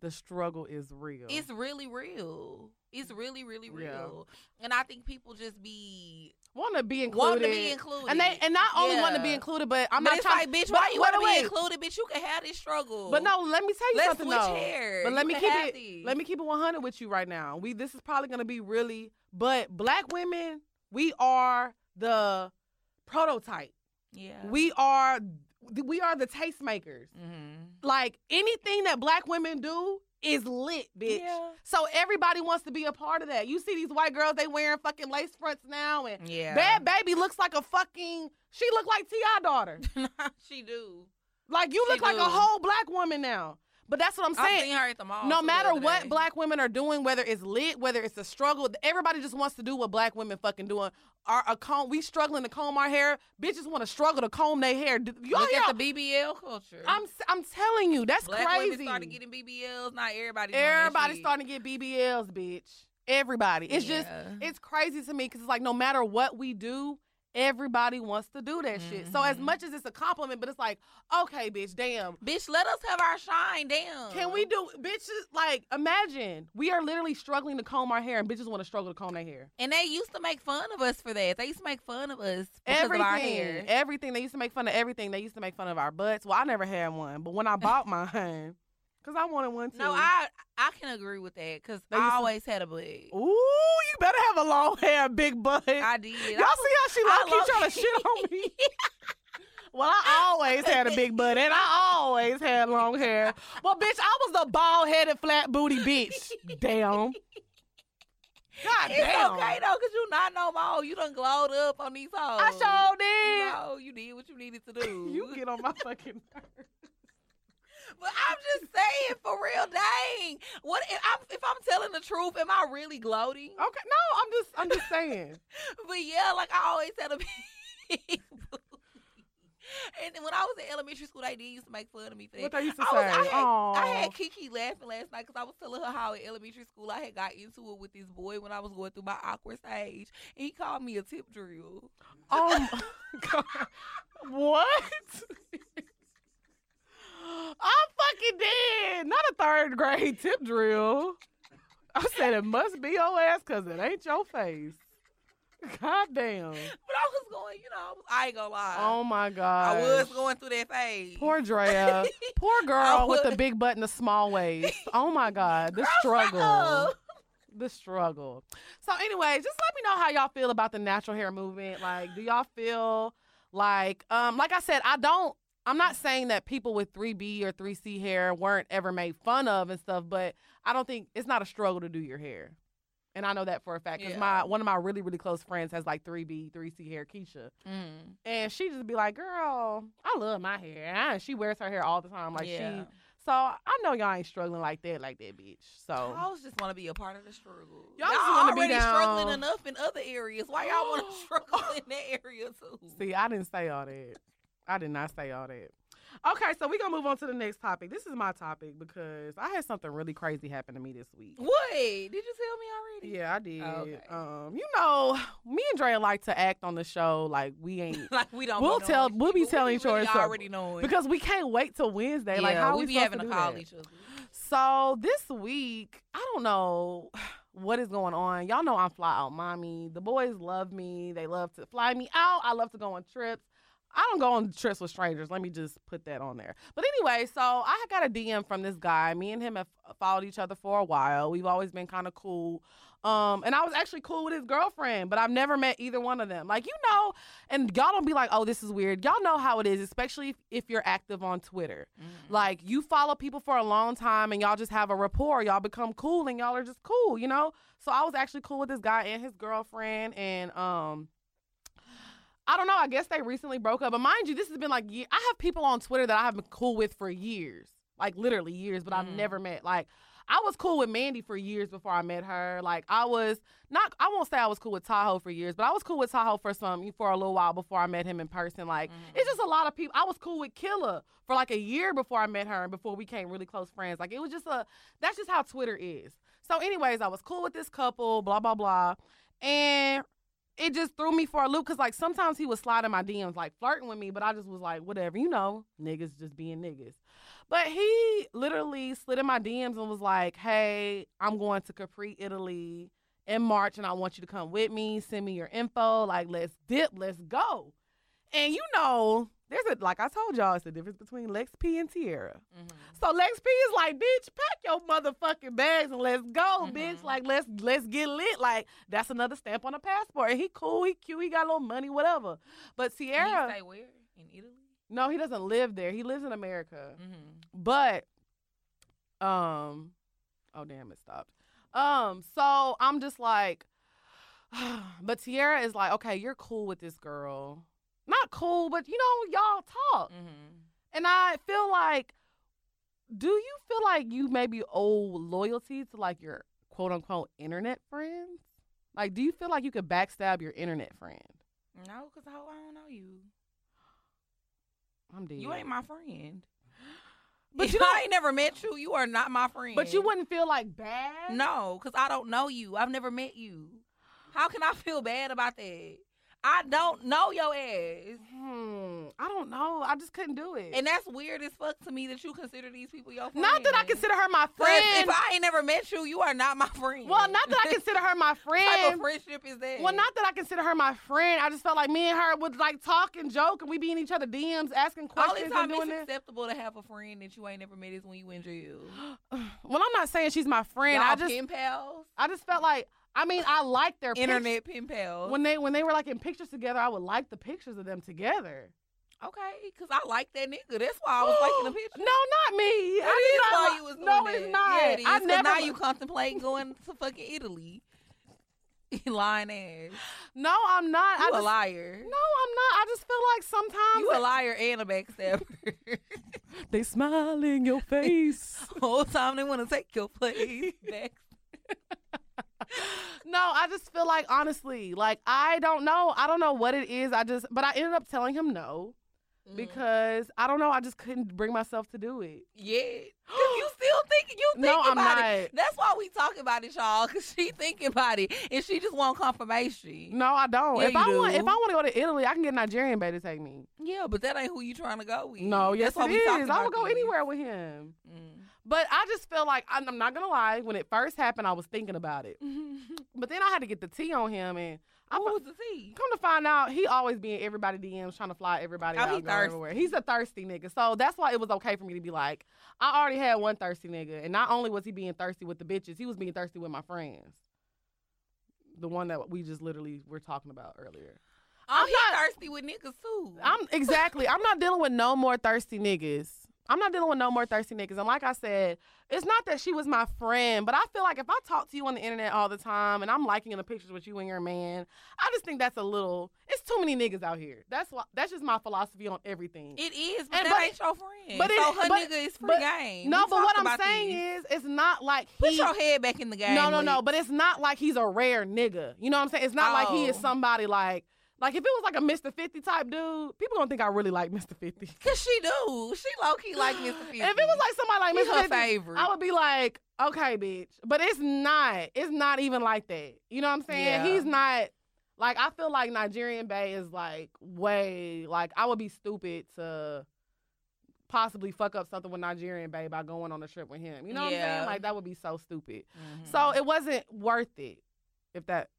Speaker 1: the struggle is real.
Speaker 2: It's really real. It's really, really
Speaker 1: Yeah.
Speaker 2: real. And I think people just be
Speaker 1: want to be included.
Speaker 2: want to be included.
Speaker 1: And they and not only want to be
Speaker 2: Yeah.
Speaker 1: included, but I'm
Speaker 2: but
Speaker 1: not
Speaker 2: it's
Speaker 1: trying.
Speaker 2: like, bitch,
Speaker 1: but
Speaker 2: why
Speaker 1: wait,
Speaker 2: you want to be
Speaker 1: wait.
Speaker 2: included? Bitch, you can have this struggle.
Speaker 1: But no, let me tell you
Speaker 2: let's
Speaker 1: something
Speaker 2: switch
Speaker 1: though.
Speaker 2: hair.
Speaker 1: But let
Speaker 2: You
Speaker 1: me
Speaker 2: can
Speaker 1: keep
Speaker 2: have
Speaker 1: it.
Speaker 2: these.
Speaker 1: Let me keep it 100 with you right now. We this is probably gonna be really, but black women, we are the prototype.
Speaker 2: yeah,
Speaker 1: We are we are the tastemakers.
Speaker 2: Mhm.
Speaker 1: Like anything that black women do is lit, bitch.
Speaker 2: Yeah.
Speaker 1: So everybody wants to be a part of that. You see these white girls, they wearing fucking lace fronts now, and
Speaker 2: yeah,
Speaker 1: bad baby looks like a fucking. She look like Ti daughter.
Speaker 2: she do.
Speaker 1: Like you
Speaker 2: She
Speaker 1: look like
Speaker 2: do.
Speaker 1: a whole black woman now. But that's what I'm
Speaker 2: I
Speaker 1: saying
Speaker 2: seen her at the mall.
Speaker 1: no
Speaker 2: too the
Speaker 1: matter
Speaker 2: other
Speaker 1: what
Speaker 2: day.
Speaker 1: black women are doing, whether it's lit, whether it's a struggle, everybody just wants to do what black women fucking doing. Our a comb, we struggling to comb our hair. Bitches want to struggle to comb their hair. D- Y'all,
Speaker 2: look
Speaker 1: y'all-
Speaker 2: at the BBL culture.
Speaker 1: I'm s- I'm telling you, that's
Speaker 2: black
Speaker 1: crazy.
Speaker 2: women started getting BBLs. Not everybody. doing that
Speaker 1: everybody
Speaker 2: shit.
Speaker 1: starting to get BBLs, bitch. Everybody. It's just
Speaker 2: Yeah.
Speaker 1: it's crazy to me because it's like no matter what we do, everybody wants to do that shit. So as
Speaker 2: Mhm.
Speaker 1: much as it's a compliment, but it's like, okay, bitch, damn.
Speaker 2: bitch. Let us have our shine. Damn.
Speaker 1: Can we
Speaker 2: Uh-huh.
Speaker 1: do bitches like imagine we are literally struggling to comb our hair and bitches want to struggle to comb their hair.
Speaker 2: And they used to make fun of us for that. They used to make fun of us because of our hair.
Speaker 1: everything. They used to make fun of everything. They used to make fun of our butts. Well, I never had one, but when I bought mine, cause I wanted one too.
Speaker 2: No, I I can agree with that because
Speaker 1: used
Speaker 2: I
Speaker 1: to-
Speaker 2: always had a butt.
Speaker 1: Ooh, you better have a long hair, big butt.
Speaker 2: I did. I
Speaker 1: Y'all see how she
Speaker 2: I
Speaker 1: low key
Speaker 2: low-
Speaker 1: trying to shit on me. Well, I always had a big butt and I always had long hair. Well, bitch, I was the bald headed, flat booty bitch. Damn. God
Speaker 2: It's
Speaker 1: damn.
Speaker 2: okay though, cause you not no more. You done glowed up on these hoes.
Speaker 1: I sure
Speaker 2: You,
Speaker 1: did.
Speaker 2: know, you did what you needed to do.
Speaker 1: Oh, You get on my fucking nerves.
Speaker 2: but I'm just saying, for real, dang. What if I'm, if I'm telling the truth? Am I really gloating?
Speaker 1: Okay, no, I'm just, I'm just saying.
Speaker 2: But yeah, like I always had a big. booty. And then when I was in elementary school, they did used to make fun of me for that.
Speaker 1: What they used to
Speaker 2: I
Speaker 1: say.
Speaker 2: was- I had- I
Speaker 1: Aw.
Speaker 2: had Kiki laughing last night because I was telling her how in elementary school I had got into it with this boy when I was going through my awkward stage, and he called me a tip drill.
Speaker 1: Oh my God. What? I'm fucking dead. Not a third grade tip drill. I said it must be your ass because it ain't your face. God damn.
Speaker 2: But I was going, you know, I, was, I ain't gonna lie.
Speaker 1: Oh my God.
Speaker 2: Uh, I was going through that phase.
Speaker 1: Poor Drea. Poor
Speaker 2: I
Speaker 1: girl with the
Speaker 2: was.
Speaker 1: big butt and the small waist. Oh my God. The
Speaker 2: Girl, shut
Speaker 1: struggle.
Speaker 2: up.
Speaker 1: The struggle. So, anyway, just let me know how y'all feel about the natural hair movement. Like, do y'all feel like, um, like I said, I don't, I'm not saying that people with 3B or 3C hair weren't ever made fun of and stuff, but I don't think it's not a struggle to do your hair. And I know that for a fact because
Speaker 2: Yeah.
Speaker 1: my one of my really really close friends has like 3B 3C hair, Keisha.
Speaker 2: Mm,
Speaker 1: And she just be like, "Girl, I love my hair." And she wears her hair all the time. Like
Speaker 2: yeah.
Speaker 1: she, so I know y'all ain't struggling like that, like that, bitch. So
Speaker 2: I always just want to be a part of the struggle.
Speaker 1: Oh. Y'all just wanna be
Speaker 2: already struggling
Speaker 1: down.
Speaker 2: enough in other areas. Why y'all want to struggle in that area too?
Speaker 1: see, I didn't say all that. I did not say all that. Okay, so we gonna move on to the next topic. This is my topic because I had something really crazy happen to me this week.
Speaker 2: what did you tell me already?
Speaker 1: Yeah, I did.
Speaker 2: Okay.
Speaker 1: Um, you know, me and Drea like to act on the show like we ain't
Speaker 2: like we don't.
Speaker 1: We'll
Speaker 2: be knowing
Speaker 1: tell-
Speaker 2: shit,
Speaker 1: we'll be
Speaker 2: but we
Speaker 1: telling each other
Speaker 2: really
Speaker 1: something.
Speaker 2: already knowing
Speaker 1: because we can't wait till Wednesday. like
Speaker 2: Yeah,
Speaker 1: how
Speaker 2: we,
Speaker 1: we
Speaker 2: be
Speaker 1: supposed
Speaker 2: having
Speaker 1: to do
Speaker 2: call
Speaker 1: that?
Speaker 2: each other.
Speaker 1: So this week, I don't know what is going on. Y'all know I'm fly out mommy. The boys love me. They love to fly me out. I love to go on trips. I don't go on trips with strangers. Let me just put that on there. But anyway, so I got a DM from this guy. Me and him have followed each other for a while. We've always been kind of cool. Um, and I was actually cool with his girlfriend, but I've never met either one of them. Like, you know, and y'all don't be like, oh, this is weird. Y'all know how it is, especially if, if you're active on Twitter.
Speaker 2: Mm-hmm.
Speaker 1: Like you follow people for a long time and y'all just have a rapport. Y'all become cool and y'all are just cool, you know? So I was actually cool with this guy and his girlfriend and um I don't know, I guess they recently broke up. But mind you, this has been like ye- I have people on Twitter that I have been cool with for years. Like literally years, but I've
Speaker 2: Mhm.
Speaker 1: never met. Like I was cool with Mandy for years before I met her. Like I was not I won't say I was cool with Tahoe for years, but I was cool with Tahoe for some for a little while before I met him in person. Like
Speaker 2: Mhm.
Speaker 1: it's just a lot of people. I was cool with Killa for like a year before I met her and before we became really close friends. Like it was just a that's just how Twitter is. So anyways, I was cool with this couple, blah blah blah. And it just threw me for a loop because like sometimes he was sliding my DMs like flirting with me, but I just was like, whatever, you know, niggas just being niggas. But he literally slid in my DMs and was like, Hey, I'm going to Capri, Italy in March and I want you to come with me. Send me your info. Like, let's dip, let's go. And you know, there's a like I told y'all, it's the difference between Lex P and Tierra.
Speaker 2: Mm-hmm.
Speaker 1: So Lex P is like, bitch, pack your motherfucking bags and let's go, bitch.
Speaker 2: Mhm.
Speaker 1: Like let's let's get lit. Like that's another stamp on a passport. And he cool, he cute, he got a little money, whatever. But Sierra,
Speaker 2: He stay where in Italy?
Speaker 1: no, he doesn't live there. He lives in America.
Speaker 2: Mm-hmm.
Speaker 1: But um oh damn it stopped. Um so I'm just like but Tierra is like, "Okay, you're cool with this girl." Not cool, but you know y'all talk.
Speaker 2: Mm-hmm.
Speaker 1: And I feel like do you feel like you maybe owe loyalty to like your quote unquote internet friends? Like do you feel like you could backstab your internet friend?
Speaker 2: No, cause I I don't know you.
Speaker 1: I'm dead.
Speaker 2: You ain't my friend.
Speaker 1: But
Speaker 2: But
Speaker 1: you
Speaker 2: you know,
Speaker 1: don't-
Speaker 2: I ain't never met you. You are not my friend.
Speaker 1: But you wouldn't feel like bad?
Speaker 2: No, because I don't know you. I've never met you. How can I feel bad about that? I don't know your ass.
Speaker 1: Hmm, I don't know. I just couldn't do it.
Speaker 2: And that's weird as fuck to me that you consider these people your friend.
Speaker 1: Not that I consider her my
Speaker 2: 'Cause
Speaker 1: friend.
Speaker 2: If I ain't never met you, you are not my friend.
Speaker 1: well, not that I consider her my
Speaker 2: What type of
Speaker 1: friend.
Speaker 2: friendship is that?
Speaker 1: Well, not that I consider her my friend. I just felt like me and her would like talk and joke, and we be in each other DMs asking
Speaker 2: Only
Speaker 1: questions and
Speaker 2: time
Speaker 1: doing
Speaker 2: it's
Speaker 1: this.
Speaker 2: acceptable to have a friend that you ain't never met is when you in jail.
Speaker 1: Well, I'm not saying she's my friend.
Speaker 2: Y'all
Speaker 1: I just,
Speaker 2: pen pals,
Speaker 1: I just felt like, I mean, I like their pic-
Speaker 2: internet pen pals.
Speaker 1: When they when they were like in pictures together, I would like the pictures of them together.
Speaker 2: okay, because I like that nigga. That's why I was liking the picture.
Speaker 1: No, not me.
Speaker 2: It
Speaker 1: I did not
Speaker 2: is why
Speaker 1: li-
Speaker 2: you was doing
Speaker 1: no,
Speaker 2: that.
Speaker 1: it's not.
Speaker 2: Yeah, it is,
Speaker 1: I
Speaker 2: 'cause
Speaker 1: never.
Speaker 2: Now you contemplating going to fucking Italy. You lying ass.
Speaker 1: no, I'm not.
Speaker 2: You
Speaker 1: I
Speaker 2: a
Speaker 1: just,
Speaker 2: liar.
Speaker 1: No, I'm not. I just feel like sometimes
Speaker 2: You a liar and a backstabber.
Speaker 1: They smile in your face.
Speaker 2: Whole time they want to take your place. Back.
Speaker 1: no, I just feel like honestly, like I don't know. I don't know what it is. I just but I ended
Speaker 2: Mm-hmm.
Speaker 1: up telling him no because I don't know, I just couldn't bring myself to do it.
Speaker 2: yeah, Cause you still thinking you think
Speaker 1: No, I'm
Speaker 2: about
Speaker 1: not.
Speaker 2: it. That's why we talking about it, y'all. Cause she thinking about it, and she just want confirmation.
Speaker 1: No, I don't.
Speaker 2: Yeah,
Speaker 1: if
Speaker 2: you
Speaker 1: I want,
Speaker 2: do.
Speaker 1: if I want to go to Italy, I can get a Nigerian baby to take me.
Speaker 2: Yeah, but that ain't who you trying to go with.
Speaker 1: No, yes,
Speaker 2: That's why
Speaker 1: it
Speaker 2: we talking
Speaker 1: is. I
Speaker 2: about
Speaker 1: would go
Speaker 2: this.
Speaker 1: anywhere with him.
Speaker 2: Mm.
Speaker 1: But I just feel like I'm, I'm not gonna lie. When it first happened, I was thinking about it. But then I had to get the tea on him, and I
Speaker 2: Who was the T?
Speaker 1: Come to find out, he always be in everybody DMs trying to fly everybody
Speaker 2: Oh,
Speaker 1: out
Speaker 2: he
Speaker 1: and go
Speaker 2: thirsty.
Speaker 1: everywhere. He's a thirsty nigga. So that's why it was okay for me to be like, I already had one thirsty nigga. And not only was he being thirsty with the bitches, he was being thirsty with my friends. The one that we just literally were talking about earlier.
Speaker 2: Oh,
Speaker 1: I'm
Speaker 2: he
Speaker 1: not-
Speaker 2: thirsty with niggas too.
Speaker 1: I'm exactly. I'm not dealing with no more thirsty niggas. I'm not dealing with no more thirsty niggas. And like I said, it's not that she was my friend, but I feel like if I talk to you on the internet all the time and I'm liking the pictures with you and your man, I just think that's a little. It's too many niggas out here. That's why. That's just my philosophy on everything.
Speaker 2: It is, but
Speaker 1: And-
Speaker 2: that
Speaker 1: but-
Speaker 2: ain't your friend.
Speaker 1: but it-
Speaker 2: so her
Speaker 1: but-
Speaker 2: nigga is free
Speaker 1: but-
Speaker 2: game.
Speaker 1: no,
Speaker 2: We
Speaker 1: but what
Speaker 2: talked
Speaker 1: I'm
Speaker 2: about
Speaker 1: saying
Speaker 2: this.
Speaker 1: is, it's not like
Speaker 2: put
Speaker 1: he.
Speaker 2: your head back in the game.
Speaker 1: no, no, no.
Speaker 2: Leak.
Speaker 1: But it's not like he's a rare nigga. You know what I'm saying? It's not like he is
Speaker 2: Oh.
Speaker 1: somebody like. Like if it was like a Mr. Fifty type dude, people gonna think I really like Mr. Fifty.
Speaker 2: Cause she do. She low key like Mr. Fifty.
Speaker 1: If it was like somebody like
Speaker 2: He
Speaker 1: Mr.
Speaker 2: her
Speaker 1: 50,
Speaker 2: favorite.
Speaker 1: I would be like, okay, bitch. But it's not. It's not even like that. You know what I'm saying?
Speaker 2: Yeah.
Speaker 1: He's not. Like I feel like Nigerian Bay is like way like I would be stupid to possibly fuck up something with Nigerian Bay by going on a trip with him. You know what I'm
Speaker 2: Yeah.
Speaker 1: saying? Like that would be so stupid.
Speaker 2: Mhm.
Speaker 1: So it wasn't worth it, if that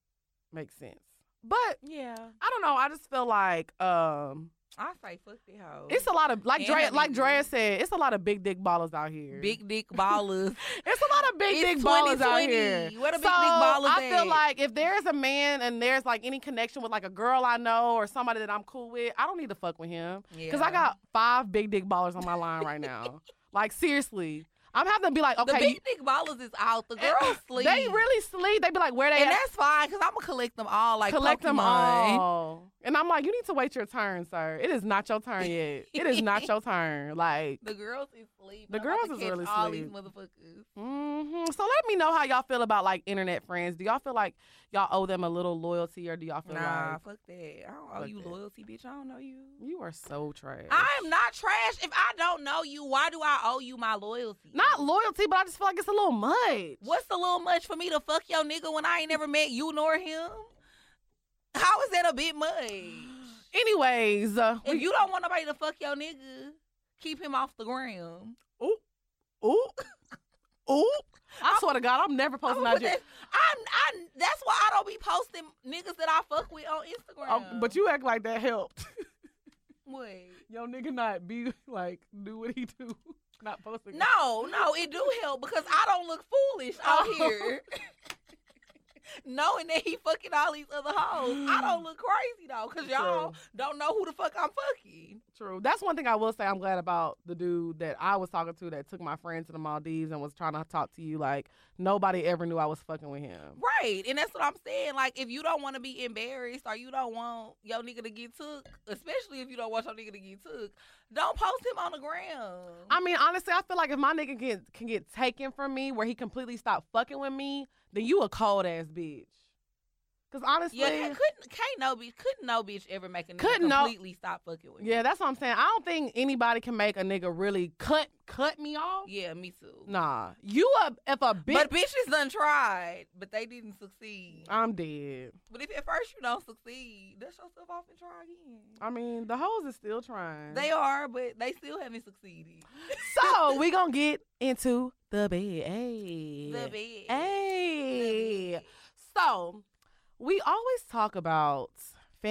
Speaker 1: makes sense. But
Speaker 2: yeah,
Speaker 1: I don't know. I just feel like um
Speaker 2: I say fuck the hoe.
Speaker 1: it's a lot of like
Speaker 2: And
Speaker 1: Drea,
Speaker 2: her
Speaker 1: like
Speaker 2: niggas.
Speaker 1: Drea said, it's a lot of big dick ballers out here.
Speaker 2: big dick ballers.
Speaker 1: It's a lot of big
Speaker 2: it's
Speaker 1: dick ballers out
Speaker 2: 2020.
Speaker 1: here.
Speaker 2: Where the big
Speaker 1: so
Speaker 2: dick ballers
Speaker 1: I feel
Speaker 2: at?
Speaker 1: like if there's a man and there's like any connection with like a girl I know or somebody that I'm cool with, I don't need to fuck with him because I
Speaker 2: Yeah.
Speaker 1: got five big dick ballers on my line right now. like seriously, I'm having to be like,
Speaker 2: the
Speaker 1: okay,
Speaker 2: big dick ballers is out. The girls sleep.
Speaker 1: they really sleep. They be like, where they
Speaker 2: and
Speaker 1: at?
Speaker 2: that's fine because I'm gonna collect them all. Like
Speaker 1: Collect them
Speaker 2: Pokemon.
Speaker 1: all. And I'm like, you need to wait your turn, sir. It is not your turn yet. it is not your turn. Like.
Speaker 2: The girls is sleep.
Speaker 1: The
Speaker 2: I'm about
Speaker 1: girls
Speaker 2: to
Speaker 1: is
Speaker 2: catch
Speaker 1: really
Speaker 2: all
Speaker 1: sleep.
Speaker 2: these motherfuckers.
Speaker 1: hmm So let me know how y'all feel about like internet friends. Do y'all feel like y'all owe them a little loyalty, or do y'all feel
Speaker 2: Nah,
Speaker 1: like
Speaker 2: fuck that. I don't owe
Speaker 1: Fuck
Speaker 2: you
Speaker 1: that.
Speaker 2: loyalty, bitch. I don't know you.
Speaker 1: you are so trash?
Speaker 2: I am not trash. If I don't know you, why do I owe you my loyalty?
Speaker 1: not loyalty, but I just feel like it's a little much.
Speaker 2: What's a little much for me to fuck your nigga when I ain't never met you nor him? How is that a bit much?
Speaker 1: Anyways, uh,
Speaker 2: If you don't want nobody to fuck your nigga, keep him off the gram.
Speaker 1: ooh, ooh. I swear to God, I'm never
Speaker 2: I'ma
Speaker 1: posting
Speaker 2: put
Speaker 1: Nigeria.
Speaker 2: that- I, I, that's why I don't be posting niggas that I fuck with on Instagram.
Speaker 1: Oh, but you act like that helped.
Speaker 2: what?
Speaker 1: Yo, nigga, not be like do what he do, not posting.
Speaker 2: No, no, it do help because I don't look foolish out
Speaker 1: Oh.
Speaker 2: here. Knowing that he fucking all these other hoes, I don't look crazy though, cause y'all don't know who the fuck I'm fucking.
Speaker 1: True. That's one thing I will say I'm glad about the dude that I was talking to that took my friend to the Maldives and was trying to talk to you. Like, nobody ever knew I was fucking with him.
Speaker 2: Right, and that's what I'm saying. Like, if you don't want to be embarrassed or you don't want your nigga to get took, especially if you don't want your nigga to get took, don't post him on the gram.
Speaker 1: I mean, honestly, I feel like if my nigga can, can get taken from me where he completely stopped fucking with me, then you a cold ass bitch. Cause honestly,
Speaker 2: yeah,
Speaker 1: yeah,
Speaker 2: can't- couldn't can't no bitch couldn't no bitch ever make a nigga
Speaker 1: Couldn't no-
Speaker 2: completely stop fucking with. you.
Speaker 1: that's what I'm saying. I don't think anybody can make a nigga really cut cut me off.
Speaker 2: yeah, me too.
Speaker 1: Nah, you a if a bitch,
Speaker 2: But bitches done tried, but they didn't succeed.
Speaker 1: I'm dead.
Speaker 2: But if at first you don't succeed, dust yourself off and try again.
Speaker 1: I mean, the hoes is still trying.
Speaker 2: They are, but they still haven't succeeded.
Speaker 1: so we gonna get into the bed. Hey.
Speaker 2: The bed. The
Speaker 1: Hey.
Speaker 2: bed.
Speaker 1: So, we always talk about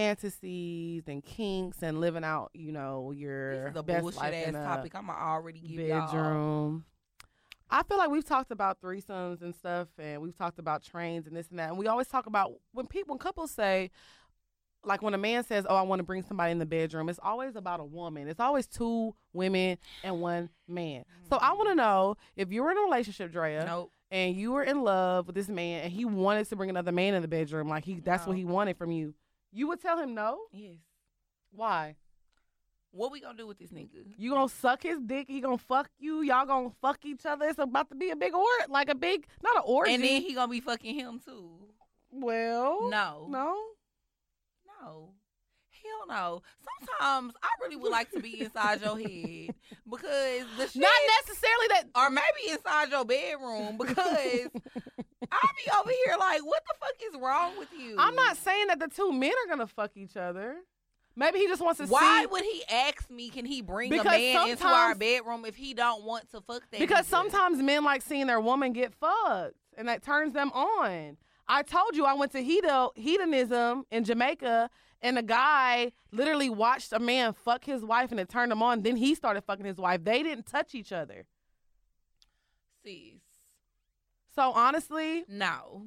Speaker 1: fantasies and kinks and living out, you know, your
Speaker 2: This is a
Speaker 1: best
Speaker 2: bullshit
Speaker 1: life
Speaker 2: ass
Speaker 1: in a
Speaker 2: topic. I'm already give y'all.
Speaker 1: bedroom. I feel like we've talked about threesomes and stuff, and we've talked about trains and this and that. And we always talk about when people, when couples say, like when a man says, "Oh, I want to bring somebody in the bedroom," it's always about a woman. It's always two women and one man. So
Speaker 2: Mm-hmm.
Speaker 1: I want to know if you were in a relationship, Drea,
Speaker 2: Nope.
Speaker 1: and you were in love with this man and he wanted to bring another man in the bedroom, like he that's what
Speaker 2: No.
Speaker 1: he wanted from you, you would tell him no?
Speaker 2: Yes.
Speaker 1: Why?
Speaker 2: What we gonna do with this nigga?
Speaker 1: You gonna suck his dick, he gonna fuck you, y'all gonna fuck each other. It's about to be a big or like a big not an orgy.
Speaker 2: And then he gonna be fucking him too.
Speaker 1: well
Speaker 2: No.
Speaker 1: No.
Speaker 2: No. Hell don't know. Sometimes I really would like to be inside your head because the shit,
Speaker 1: Not necessarily that.
Speaker 2: or maybe inside your bedroom because I'll be over here like, what the fuck is wrong with you?
Speaker 1: I'm not saying that the two men are gonna fuck each other. Maybe he just wants to
Speaker 2: Why
Speaker 1: see.
Speaker 2: would he ask me? Can he bring a
Speaker 1: Because
Speaker 2: man into our
Speaker 1: sometimes-
Speaker 2: bedroom if he don't want to fuck that?
Speaker 1: Because
Speaker 2: nigga?
Speaker 1: sometimes men like seeing their woman get fucked, and that turns them on. I told you I went to hedo- hedonism in Jamaica, and a guy literally watched a man fuck his wife, and it turned him on. Then he started fucking his wife. They didn't touch each other.
Speaker 2: Sis,
Speaker 1: So honestly,
Speaker 2: no,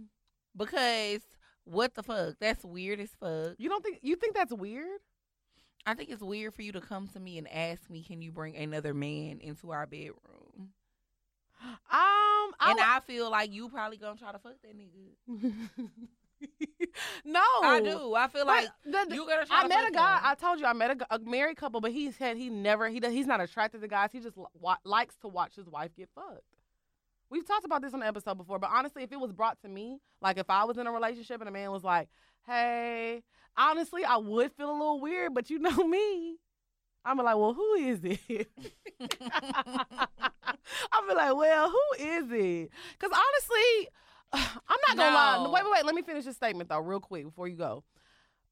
Speaker 2: because what the fuck? That's weird as fuck.
Speaker 1: you don't think you think that's weird?
Speaker 2: I think it's weird for you to come to me and ask me, can you bring another man into our bedroom?
Speaker 1: Um, I
Speaker 2: and
Speaker 1: would-
Speaker 2: I feel like you probably gonna try to fuck that nigga.
Speaker 1: no,
Speaker 2: I do. I feel like
Speaker 1: But the- the-
Speaker 2: you gonna try
Speaker 1: I
Speaker 2: to
Speaker 1: met
Speaker 2: fuck
Speaker 1: a guy.
Speaker 2: him.
Speaker 1: I told you I met a, g- a married couple, but he said he never he does, he's not attracted to guys. He just li- wa- likes to watch his wife get fucked. We've talked about this on the episode before, but honestly, if it was brought to me, like if I was in a relationship and a man was like, "Hey," honestly, I would feel a little weird. But you know me, I'm like, "Well, who is it?" I'm like, "Well, who is it?" Because honestly, I'm not gonna lie.
Speaker 2: No.
Speaker 1: Wait, wait, wait. Let me finish this statement though, real quick, before you go.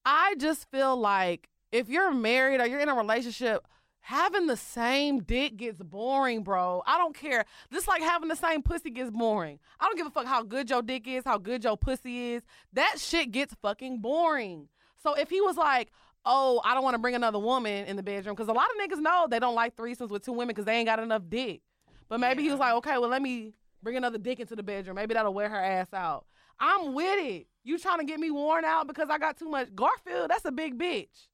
Speaker 1: I just feel like if you're married or you're in a relationship, having the same dick gets boring, bro. I don't care. Just like having the same pussy gets boring. I don't give a fuck how good your dick is, how good your pussy is. That shit gets fucking boring. So if he was like, oh, I don't want to bring another woman in the bedroom, because a lot of niggas know they don't like threesomes with two women because they ain't got enough dick. But maybe he was like,
Speaker 2: Yeah.
Speaker 1: okay, well, let me bring another dick into the bedroom. Maybe that'll wear her ass out. I'm with it. You trying to get me worn out because I got too much. Garfield, that's a big bitch.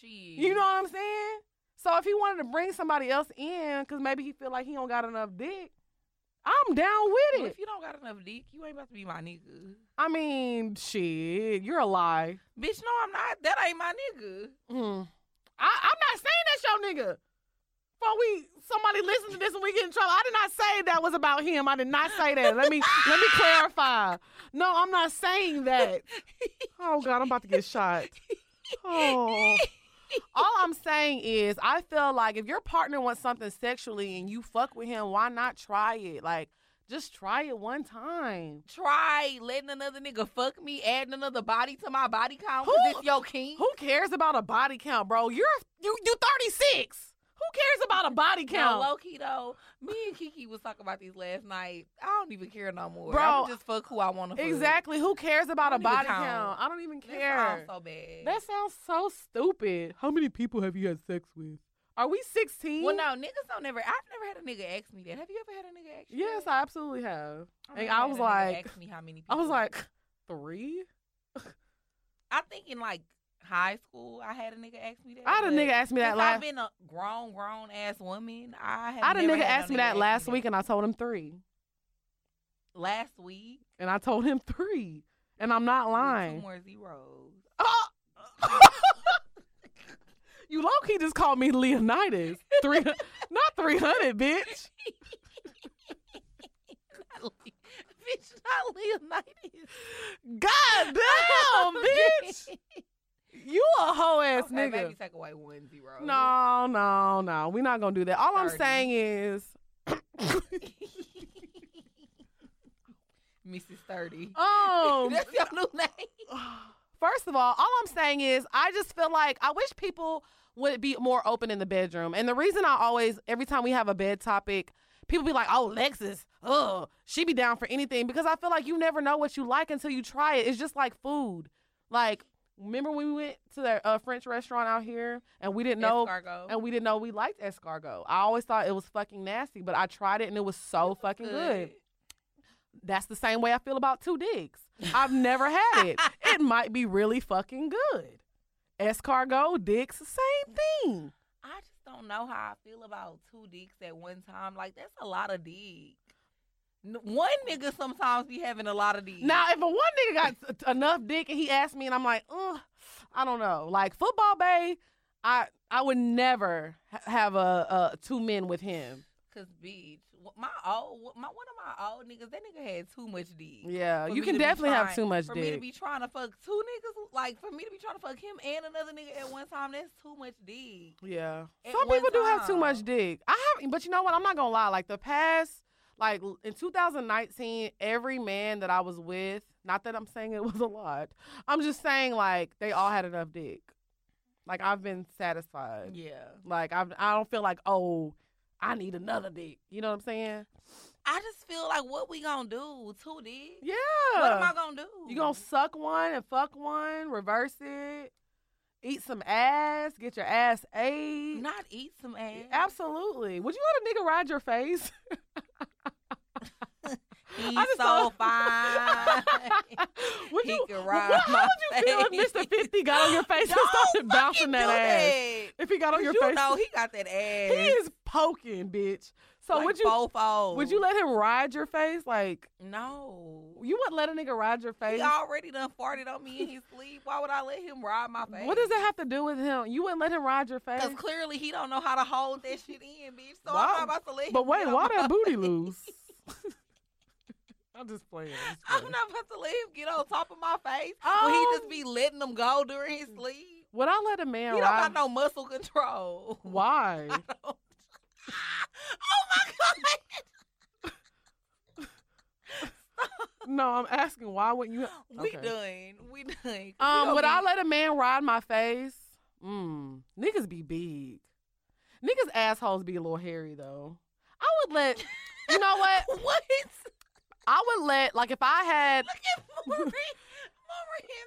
Speaker 2: Shit.
Speaker 1: You know what I'm saying? So if he wanted to bring somebody else in, because maybe he feel like he don't got enough dick, I'm down with
Speaker 2: Well,
Speaker 1: it.
Speaker 2: if you don't got enough dick, you ain't about to be my nigga.
Speaker 1: I mean, shit, you're a lie.
Speaker 2: Bitch, no, I'm not. That ain't my nigga.
Speaker 1: Mm. I, I'm not saying that's your nigga. Before we somebody listen to this and we get in trouble, I did not say that was about him. I did not say that. Let me let me clarify. No, I'm not saying that. Oh God, I'm about to get shot. Oh. All I'm saying is, I feel like if your partner wants something sexually and you fuck with him, why not try it? Like, just try it one time.
Speaker 2: Try letting another nigga fuck me, adding another body to my body count.
Speaker 1: Who-
Speaker 2: Cause it's your king.
Speaker 1: Who cares about a body count, bro? You're you you 36. Who cares about a body count?
Speaker 2: low key though, me and Kiki was talking about these last night. I don't even care no more.
Speaker 1: Bro,
Speaker 2: I'm just fuck who I want to.
Speaker 1: Exactly. Who cares about a
Speaker 2: Don't even
Speaker 1: body
Speaker 2: count.
Speaker 1: count? I don't even
Speaker 2: Fuck. That
Speaker 1: care.
Speaker 2: sounds so bad.
Speaker 1: That sounds so stupid. How many people have you had sex with? Are we 16?
Speaker 2: well, no, niggas don't ever. I've never had a nigga ask me that. Have you ever had a nigga ask you?
Speaker 1: Yes,
Speaker 2: that?
Speaker 1: I absolutely have.
Speaker 2: I've
Speaker 1: and
Speaker 2: never
Speaker 1: I
Speaker 2: had
Speaker 1: was
Speaker 2: a nigga
Speaker 1: like-
Speaker 2: ask me how many?
Speaker 1: I
Speaker 2: People.
Speaker 1: was like, three?
Speaker 2: I think in like high school, I had a nigga ask me that.
Speaker 1: I had a
Speaker 2: but
Speaker 1: nigga ask me that
Speaker 2: since
Speaker 1: last.
Speaker 2: I've been a grown, grown ass woman. I have.
Speaker 1: I had a
Speaker 2: never
Speaker 1: nigga
Speaker 2: had no
Speaker 1: ask me that
Speaker 2: ask
Speaker 1: last week, and I told him three.
Speaker 2: Last week,
Speaker 1: And I told him three. And I'm not
Speaker 2: with Two
Speaker 1: lying.
Speaker 2: more zeros.
Speaker 1: Oh! you low key just called me Leonidas. Three, not 300, bitch.
Speaker 2: Not Le- bitch, not Leonidas.
Speaker 1: God damn, bitch. You a hoe ass
Speaker 2: okay,
Speaker 1: nigga.
Speaker 2: Maybe take away one zero.
Speaker 1: No, no, no. We're not gonna do that. All I'm
Speaker 2: 30.
Speaker 1: saying is,
Speaker 2: Mrs. Thirty.
Speaker 1: um,
Speaker 2: That's your new name.
Speaker 1: first of all, all I'm saying is, I just feel like I wish people would be more open in the bedroom. And the reason I always, every time we have a bed topic, people be like, "Oh, Lexus, oh, she be down for anything," because I feel like you never know what you like until you try it. It's just like food. Like, remember when we went to the uh, French restaurant out here and we didn't know.
Speaker 2: Escargot.
Speaker 1: And we didn't know we liked escargot. I always thought it was fucking nasty, but I tried it and it was so fucking good. That's the same way I feel about two dicks. I've never had it. It might be really fucking good. Escargot, dicks, same thing.
Speaker 2: I just don't know how I feel about two dicks at one time. Like that's a lot of dick. N- One nigga sometimes be having a lot of dick.
Speaker 1: Now, if a one nigga got t- enough dick and he asked me, and I'm like, ugh, I don't know. Like football bay, I I would never ha- have a, a two men with him.
Speaker 2: Cause bitch, wh- my old wh- my one of my old niggas, that nigga had too much dick.
Speaker 1: Yeah,
Speaker 2: for
Speaker 1: you
Speaker 2: me
Speaker 1: can
Speaker 2: to be
Speaker 1: definitely have
Speaker 2: trying-
Speaker 1: too much
Speaker 2: For me to
Speaker 1: dick.
Speaker 2: be trying to fuck two niggas, like for me to be trying to fuck him and another nigga at one time, that's too much dick.
Speaker 1: yeah,
Speaker 2: at
Speaker 1: some
Speaker 2: one
Speaker 1: people do have too much
Speaker 2: time.
Speaker 1: dick. I have, but you know what? I'm not gonna lie. Like the past, like l- in 2019, every man that I was with, not that I'm saying it was a lot. I'm just saying like they all had enough dick. Like I've been satisfied.
Speaker 2: Yeah.
Speaker 1: Like I, I don't feel like oh, I need another dick. You know what I'm saying?
Speaker 2: I just feel like what we gonna do? Two dicks?
Speaker 1: Yeah.
Speaker 2: What am I gonna do?
Speaker 1: You gonna suck one and fuck one, reverse it, eat some ass, get your ass ate. E,
Speaker 2: not eat some ass?
Speaker 1: Absolutely. Would you let a nigga ride your face?
Speaker 2: He's
Speaker 1: I just
Speaker 2: so
Speaker 1: thought-
Speaker 2: fine.
Speaker 1: Would
Speaker 2: He
Speaker 1: you?
Speaker 2: can
Speaker 1: wh-
Speaker 2: ride
Speaker 1: wh- how would you feel
Speaker 2: my
Speaker 1: if Mr. Fifty got on your face and
Speaker 2: Don't
Speaker 1: started bouncing
Speaker 2: Fucking
Speaker 1: that
Speaker 2: do
Speaker 1: ass?
Speaker 2: that.
Speaker 1: If he got on your
Speaker 2: you
Speaker 1: face,
Speaker 2: know he got that ass.
Speaker 1: he is poking, bitch. So
Speaker 2: like
Speaker 1: would you?
Speaker 2: Fofo.
Speaker 1: Would you let him ride your face? Like
Speaker 2: No.
Speaker 1: you wouldn't let a nigga ride your face?
Speaker 2: He already done farted on me in his sleep. Why would I let him ride my face?
Speaker 1: What does that have to do with him? You wouldn't let him ride your face?
Speaker 2: Because clearly he don't know how to hold that shit in, bitch. So
Speaker 1: Why-
Speaker 2: I'm not about to let him.
Speaker 1: But wait,
Speaker 2: get on
Speaker 1: why
Speaker 2: my-
Speaker 1: that booty loose? I'm just playing. I'm just
Speaker 2: I'm
Speaker 1: playing.
Speaker 2: not about to let him get on top of my face. Will
Speaker 1: Oh.
Speaker 2: he just be letting them go during his sleep?
Speaker 1: Would I let a man
Speaker 2: he don't
Speaker 1: ride?
Speaker 2: got no muscle control.
Speaker 1: Why?
Speaker 2: I don't- oh my god!
Speaker 1: no, I'm asking why wouldn't you?
Speaker 2: We
Speaker 1: Okay.
Speaker 2: done. We done.
Speaker 1: Um, would I
Speaker 2: I
Speaker 1: let a man ride my face? Mm, niggas be big. Niggas assholes be a little hairy though. I would let. You know what?
Speaker 2: What?
Speaker 1: I would let like if I had
Speaker 2: Look at Marie. Marie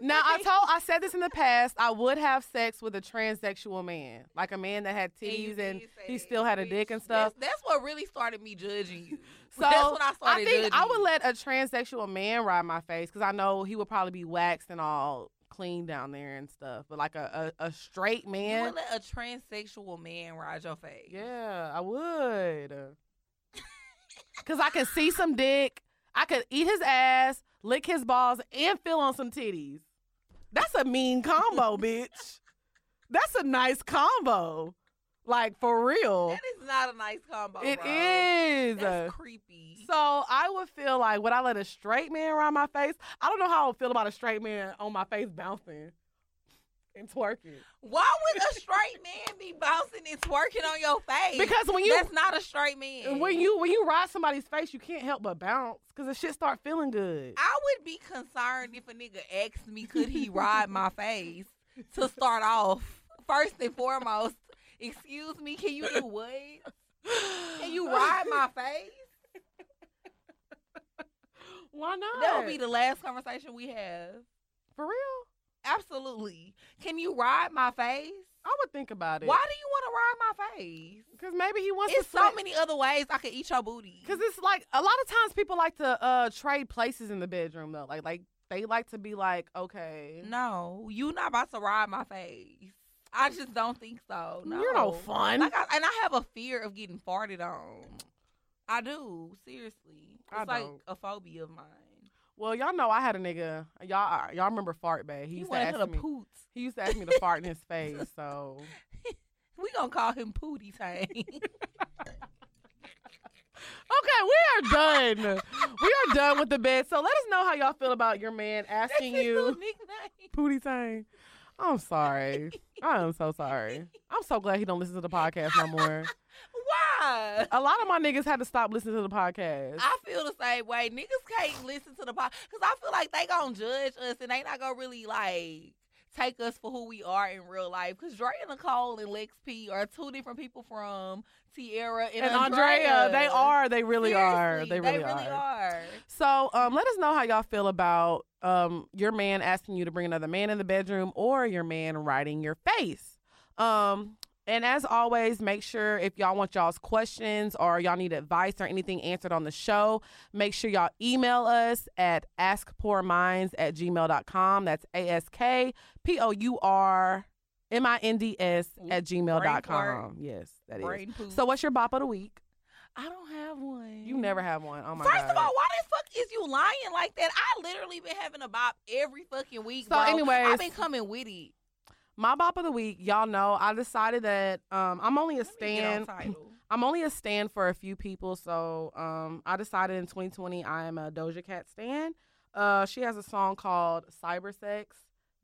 Speaker 2: and
Speaker 1: Now I
Speaker 2: me.
Speaker 1: told I said this in the past. I would have sex with a transsexual man, like a man that had
Speaker 2: And you
Speaker 1: titties and
Speaker 2: did say
Speaker 1: he
Speaker 2: that,
Speaker 1: still had a
Speaker 2: bitch.
Speaker 1: dick and
Speaker 2: That's-
Speaker 1: stuff.
Speaker 2: That's, what really started me judging you.
Speaker 1: So
Speaker 2: that's when I started.
Speaker 1: I think
Speaker 2: judging
Speaker 1: I would
Speaker 2: you.
Speaker 1: let a transsexual man ride my face because I know he would probably be waxed and all clean down there and stuff. But like a a, a straight
Speaker 2: You
Speaker 1: man,
Speaker 2: would let a transsexual man ride your face.
Speaker 1: yeah, I would. Cause I could see some dick. I could eat his ass, lick his balls, and feel on some titties. That's a mean combo, bitch. That's a nice combo. Like for real.
Speaker 2: That is not a nice combo.
Speaker 1: It
Speaker 2: bro.
Speaker 1: is.
Speaker 2: That's creepy.
Speaker 1: So I would feel like would I let a straight man around my face? I don't know how I would feel about a straight man on my face bouncing and twerking.
Speaker 2: Why would a straight man be bouncing and twerking on your face?
Speaker 1: Because when you
Speaker 2: that's not a straight man.
Speaker 1: when you when you ride somebody's face, you can't help but bounce because the shit start feeling good.
Speaker 2: I would be concerned if a nigga asked me, could he ride my face to start off? First and foremost, excuse me, can you do what? Can you ride my face?
Speaker 1: Why not?
Speaker 2: That would be the last conversation we have.
Speaker 1: for real.
Speaker 2: Absolutely. Can you ride my face?
Speaker 1: I would think about it.
Speaker 2: Why do you want to ride my face?
Speaker 1: Because maybe he wants
Speaker 2: It's
Speaker 1: to.
Speaker 2: so many other ways I could eat your booty.
Speaker 1: Because it's like a lot of times people like to uh trade places in the bedroom though. Like like they like to be like okay.
Speaker 2: no, you not about to ride my face. I just don't think so. No.
Speaker 1: You're no fun.
Speaker 2: Like I, and I have a fear of getting farted on. I do seriously. It's
Speaker 1: I
Speaker 2: like
Speaker 1: don't.
Speaker 2: a phobia of mine.
Speaker 1: well, y'all know I had a nigga. Y'all y'all remember Fart Bay? He
Speaker 2: He
Speaker 1: used to
Speaker 2: went to
Speaker 1: ask
Speaker 2: the
Speaker 1: me.
Speaker 2: poots.
Speaker 1: He used to ask me to fart in his face. So
Speaker 2: We gonna call him Pootie Tang.
Speaker 1: okay, we are done. we are done with the bed. So let us know how y'all feel about your man
Speaker 2: That's his
Speaker 1: asking
Speaker 2: new
Speaker 1: you
Speaker 2: nickname.
Speaker 1: pooty thing. I'm sorry. I am so sorry. I'm so glad he don't listen to the podcast no more.
Speaker 2: Why?
Speaker 1: A lot of my niggas had to stop listening to the podcast.
Speaker 2: I feel the same way. Niggas can't listen to the podcast because I feel like they gonna judge us and they not gonna really like take us for who we are in real life. Because Dre and Nicole and Lex P are two different people from Tierra and,
Speaker 1: and Andrea, they are. They really are.
Speaker 2: Seriously,
Speaker 1: They really,
Speaker 2: really are.
Speaker 1: So um, let us know how y'all feel about um, your man asking you to bring another man in the bedroom or your man riding your face. Um, and as always, make sure if y'all want y'all's questions or y'all need advice or anything answered on the show, make sure y'all email us at askpoorminds at gmail.com. That's A S K P O U R M I N D S at
Speaker 2: Mm-hmm. Brain
Speaker 1: gmail.com.
Speaker 2: fart.
Speaker 1: Yes, that is.
Speaker 2: Brain poop.
Speaker 1: So what's your bop of the week?
Speaker 2: I don't have one.
Speaker 1: You never have one. Oh my
Speaker 2: Mm-hmm. First
Speaker 1: god.
Speaker 2: of all, why the fuck is you lying like that? I literally been having a bop every fucking week.
Speaker 1: So
Speaker 2: bro.
Speaker 1: anyways-
Speaker 2: I've been coming with it.
Speaker 1: My bop of the week, y'all know, I decided that um, I'm only a
Speaker 2: Let me get on
Speaker 1: stand.
Speaker 2: title.
Speaker 1: I'm only a stand for a few people, so um, I decided in 2020 I am a Doja Cat stand. Uh, she has a song called Cyber Sex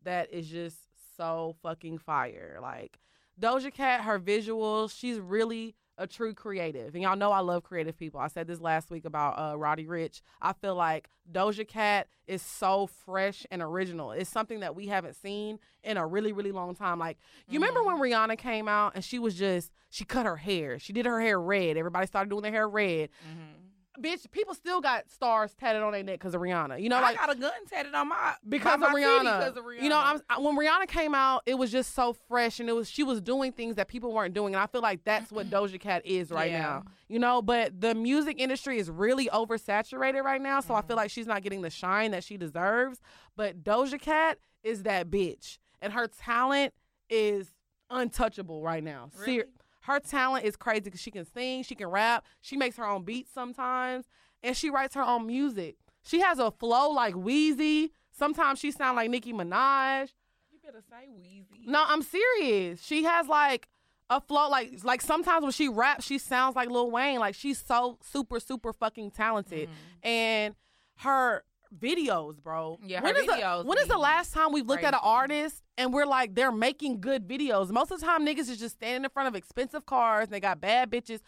Speaker 1: that is just so fucking fire. Like Doja Cat, her visuals, she's really a true creative. And y'all know I love creative people. I said this last week about uh, Roddy Rich. I feel like Doja Cat is so fresh and original. It's something that we haven't seen in a really, really long time. Like, you remember when Rihanna came out and she was just, she cut her hair. She did her hair red. Everybody started doing their hair red.
Speaker 2: Mm-hmm.
Speaker 1: Bitch, people still got stars tatted on their neck because of Rihanna. You know, like,
Speaker 2: I got a gun tatted on my
Speaker 1: because
Speaker 2: by
Speaker 1: of,
Speaker 2: my titty
Speaker 1: Rihanna.
Speaker 2: 'cause of Rihanna.
Speaker 1: You know, I'm, I- when Rihanna came out, it was just so fresh, and it was she was doing things that people weren't doing, and I feel like that's what Doja Cat is right
Speaker 2: Yeah.
Speaker 1: now. You know, but the music industry is really oversaturated right now, so I feel like she's not getting the shine that she deserves. But Doja Cat is that bitch, and her talent is untouchable right now. Ser-
Speaker 2: Really?
Speaker 1: her talent is crazy because she can sing, she can rap, she makes her own beats sometimes, and she writes her own music. She has a flow like Wheezy. Sometimes she sound like Nicki Minaj.
Speaker 2: You better say Wheezy.
Speaker 1: No, I'm serious. She has like a flow like like sometimes when she raps, she sounds like Lil Wayne. Like she's so super super fucking talented, Mm-hmm.
Speaker 2: Mm-hmm.
Speaker 1: and her videos, bro.
Speaker 2: Yeah,
Speaker 1: When
Speaker 2: her
Speaker 1: is the-
Speaker 2: videos
Speaker 1: when is the
Speaker 2: be
Speaker 1: last time we've looked at an
Speaker 2: crazy.
Speaker 1: artist and we're like they're making good videos? Most of the time, niggas is just standing in front of expensive cars and they got bad bitches.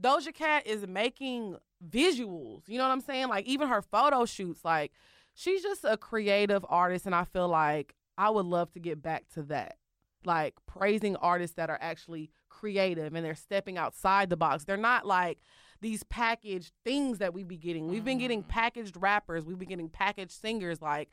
Speaker 1: Doja Cat is making visuals. You know what I'm saying? Like even her photo shoots, like she's just a creative artist, and I feel like I would love to get back to that. Like praising artists that are actually creative and they're stepping outside the box. They're not like these packaged things that we be getting. We've been getting
Speaker 2: Mhm.
Speaker 1: packaged rappers, we've been getting packaged singers. Like,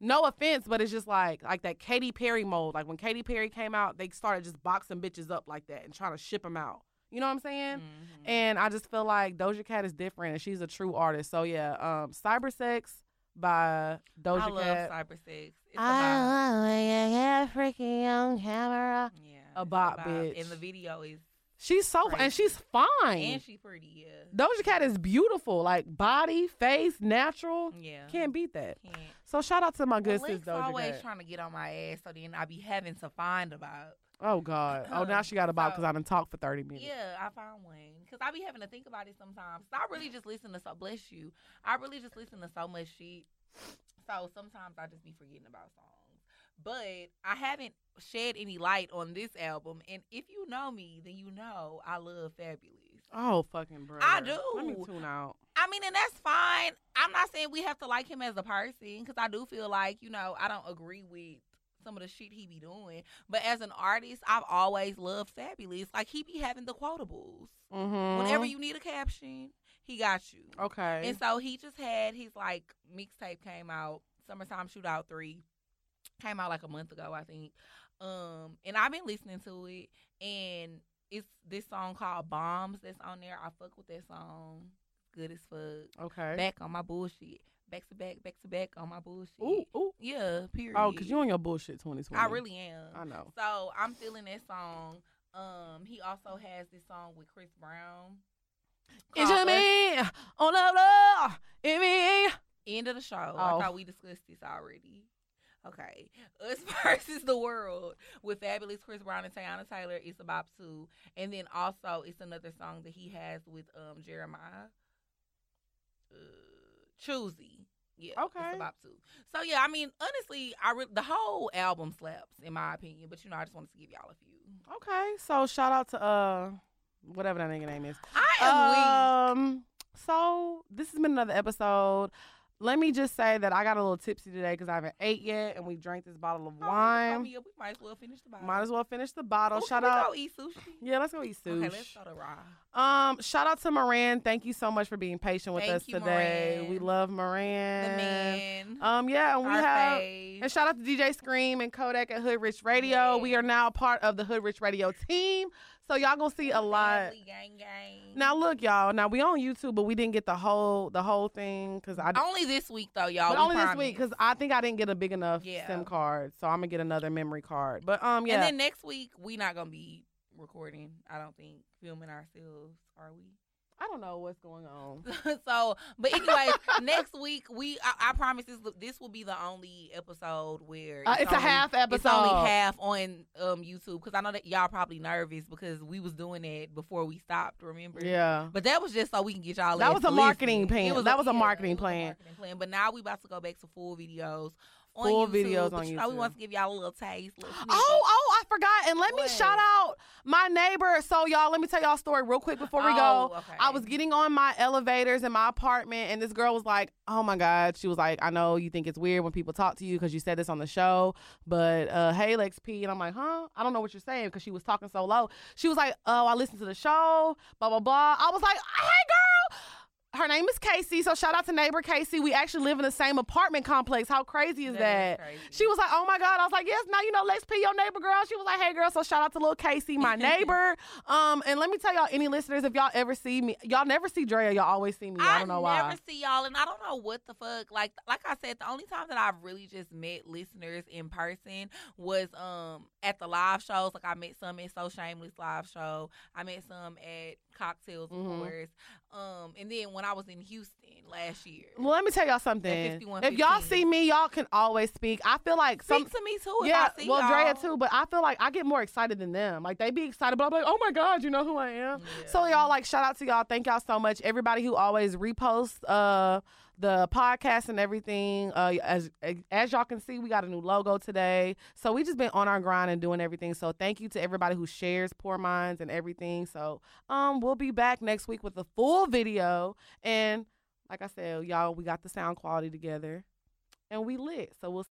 Speaker 1: no offense, but it's just like like that Katy Perry mold. Like when Katy Perry came out, they started just boxing bitches up like that and trying to ship them out. You know what I'm saying?
Speaker 2: Mhm.
Speaker 1: And I just feel like Doja Cat is different and she's a true artist. So yeah, um, Cyber Sex by Doja
Speaker 2: I love
Speaker 1: Cat.
Speaker 2: cyber sex. It's a bop.
Speaker 1: yeah, freaking on camera.
Speaker 2: Yeah,
Speaker 1: a
Speaker 2: it's
Speaker 1: bop, bitch.
Speaker 2: And the video is
Speaker 1: She's so and
Speaker 2: Crazy.
Speaker 1: she's fine.
Speaker 2: and she pretty. Yeah,
Speaker 1: Doja Cat is beautiful, like body, face, natural.
Speaker 2: yeah.
Speaker 1: Can't beat that.
Speaker 2: Can't.
Speaker 1: So shout out to my good sis
Speaker 2: Alexa
Speaker 1: Doja
Speaker 2: always
Speaker 1: Cat.
Speaker 2: trying to get on my ass, so then I be having to find about.
Speaker 1: oh God. Oh now she got a bop
Speaker 2: So-
Speaker 1: because I done talked for thirty minutes.
Speaker 2: Yeah, I found one because I be having to think about it sometimes. I really just listen to so bless you. I really just listen to so much shit. So sometimes I just be forgetting about songs. But I haven't shed any light on this album, and if you know me, then you know I love Fabulous.
Speaker 1: Oh fucking bro. Let me
Speaker 2: do.
Speaker 1: tune out.
Speaker 2: I mean, and that's fine. I'm not saying we have to like him as a person because I do feel like, you know, I don't agree with some of the shit he be doing. But as an artist, I've always loved Fabulous. Like, he be having the quotables.
Speaker 1: Mm-hmm.
Speaker 2: Whenever you need a caption, he got you.
Speaker 1: Okay.
Speaker 2: And so he just had his, like, mixtape came out, Summertime Shootout 3. Came out like a month ago, I think. Um, and I've been listening to it, and it's this song called "Bombs" that's on there. I fuck with that song, good as fuck
Speaker 1: okay.
Speaker 2: back on my bullshit. Back to back, back to back on my bullshit.
Speaker 1: Ooh, ooh.
Speaker 2: Yeah, period.
Speaker 1: Oh, because you on your bullshit 2020.
Speaker 2: I really am.
Speaker 1: I know.
Speaker 2: So I'm feeling that song. Um, he also has this song with Chris Brown.
Speaker 1: It's
Speaker 2: called
Speaker 1: just me on the floor. It me.
Speaker 2: Us- End of the show.
Speaker 1: Oh.
Speaker 2: I thought we discussed this already. Okay. Us versus the world with fabulous Chris Brown and Tiana Taylor. It's about two. And then also it's another song that he has with um Jeremiah. Uh, Choosy. Yeah.
Speaker 1: Okay.
Speaker 2: It's about two. So yeah, I mean, honestly, I re- the whole album slaps in my opinion, but you know, I just wanted to give y'all a few.
Speaker 1: Okay. So shout out to uh whatever that nigga name is.
Speaker 2: I am weak.
Speaker 1: Um. So this has been another episode. Let me just say that I got a little tipsy today because I haven't ate yet, and we drank this bottle of
Speaker 2: Oh, you told
Speaker 1: wine.
Speaker 2: me, yeah, we might as well finish the bottle.
Speaker 1: Might as well finish the bottle.
Speaker 2: Oh,
Speaker 1: shout
Speaker 2: can we
Speaker 1: out.
Speaker 2: Go eat sushi.
Speaker 1: Yeah, let's go eat sushi.
Speaker 2: Okay, let's go to raw.
Speaker 1: Um, shout out to Moran. Thank you so much for being patient with
Speaker 2: Thank
Speaker 1: us
Speaker 2: you,
Speaker 1: today.
Speaker 2: Moran.
Speaker 1: We love
Speaker 2: The
Speaker 1: Moran.
Speaker 2: man.
Speaker 1: Um, yeah, and we
Speaker 2: our
Speaker 1: have
Speaker 2: fave.
Speaker 1: And shout out to DJ Scream and Kodak at Hood Rich Radio.
Speaker 2: Yes.
Speaker 1: We are now a part of the Hood Rich Radio team. So y'all gonna see a lot.
Speaker 2: Family gang, gang.
Speaker 1: Now look, y'all. Now we on YouTube, but we didn't get the whole the whole thing because I
Speaker 2: only this week though, y'all.
Speaker 1: but
Speaker 2: Oh, we
Speaker 1: only this
Speaker 2: promise.
Speaker 1: week because I think I didn't get a big enough
Speaker 2: Yeah.
Speaker 1: SIM card, so I'm gonna get another memory card. But um, yeah,
Speaker 2: And then next week we not gonna be recording. I don't think filming ourselves, are we?
Speaker 1: I don't know what's going on.
Speaker 2: so, but anyway, next week we I, I promise this this will be the only episode where
Speaker 4: Uh, it's a
Speaker 2: only-
Speaker 4: half
Speaker 2: It's
Speaker 4: episode.
Speaker 2: only half on um YouTube because I know that y'all probably nervous because we was doing it before we stopped. Remember?
Speaker 1: Yeah.
Speaker 2: But that was just so we can get y'all.
Speaker 1: That
Speaker 2: ass
Speaker 1: was
Speaker 2: to
Speaker 1: a marketing
Speaker 2: listen.
Speaker 1: plan.
Speaker 2: It
Speaker 1: That was a
Speaker 2: yeah,
Speaker 1: marketing
Speaker 2: it was a
Speaker 1: plan.
Speaker 2: marketing plan. But now we about to go back to full videos. On
Speaker 1: Full
Speaker 2: YouTube,
Speaker 1: videos
Speaker 2: but
Speaker 1: on
Speaker 2: you know, we
Speaker 1: YouTube.
Speaker 2: want to give y'all a little taste. Little snippet.
Speaker 1: Oh, oh, I forgot. And let me
Speaker 2: What?
Speaker 1: shout out my neighbor. So y'all, let me tell y'all a story real quick before we go.
Speaker 2: Oh, okay.
Speaker 1: I was getting on my elevators in my apartment, and this girl was like, "Oh my God!" She was like, "I know you think it's weird when people talk to you because you said this on the show, but uh, hey, Lex P." And I'm like, "Huh? I don't know what you're saying," because she was talking so low. She was like, "Oh, I listened to the show, blah blah blah." I was like, "Hey, girl." Her name is Casey, so shout out to neighbor Casey. We actually live in the same apartment complex. How crazy is
Speaker 2: That
Speaker 1: that?
Speaker 2: is crazy.
Speaker 1: She was like, "Oh my god!" I was like, "Yes, now you know Lex P, your neighbor girl." She was like, "Hey girl," so shout out to little Casey, my neighbor. um, and let me tell y'all, any listeners, if y'all ever see me, y'all never see Drea, y'all always see me. I, don't know
Speaker 2: never
Speaker 1: why.
Speaker 2: see y'all, and I don't know what the fuck. Like, like I said, the only time that I've really just met listeners in person was um at the live shows. Like, I met some at So Shameless live show. I met some at cocktails, of
Speaker 1: Mhm.
Speaker 2: course. Um, and then when I was in Houston last year,
Speaker 1: Well, let me tell y'all something.
Speaker 2: 51,
Speaker 1: If y'all
Speaker 2: 15.
Speaker 1: see me, y'all can always speak. I feel like some.
Speaker 2: speak to me too. If
Speaker 1: yeah,
Speaker 2: I see
Speaker 1: well,
Speaker 2: y'all.
Speaker 1: Drea too, but I feel like I get more excited than them. Like they be excited, but I'm like, oh my god, you know who I am.
Speaker 2: Yeah.
Speaker 1: So y'all like shout out to y'all. Thank y'all so much. Everybody who always reposts uh the podcast and everything. Uh as as y'all can see, we got a new logo today. So we just been on our grind and doing everything. So thank you to everybody who shares Poor Minds and everything. So um we'll be back next week with a full video and like I said, y'all, we got the sound quality together and we lit. So we'll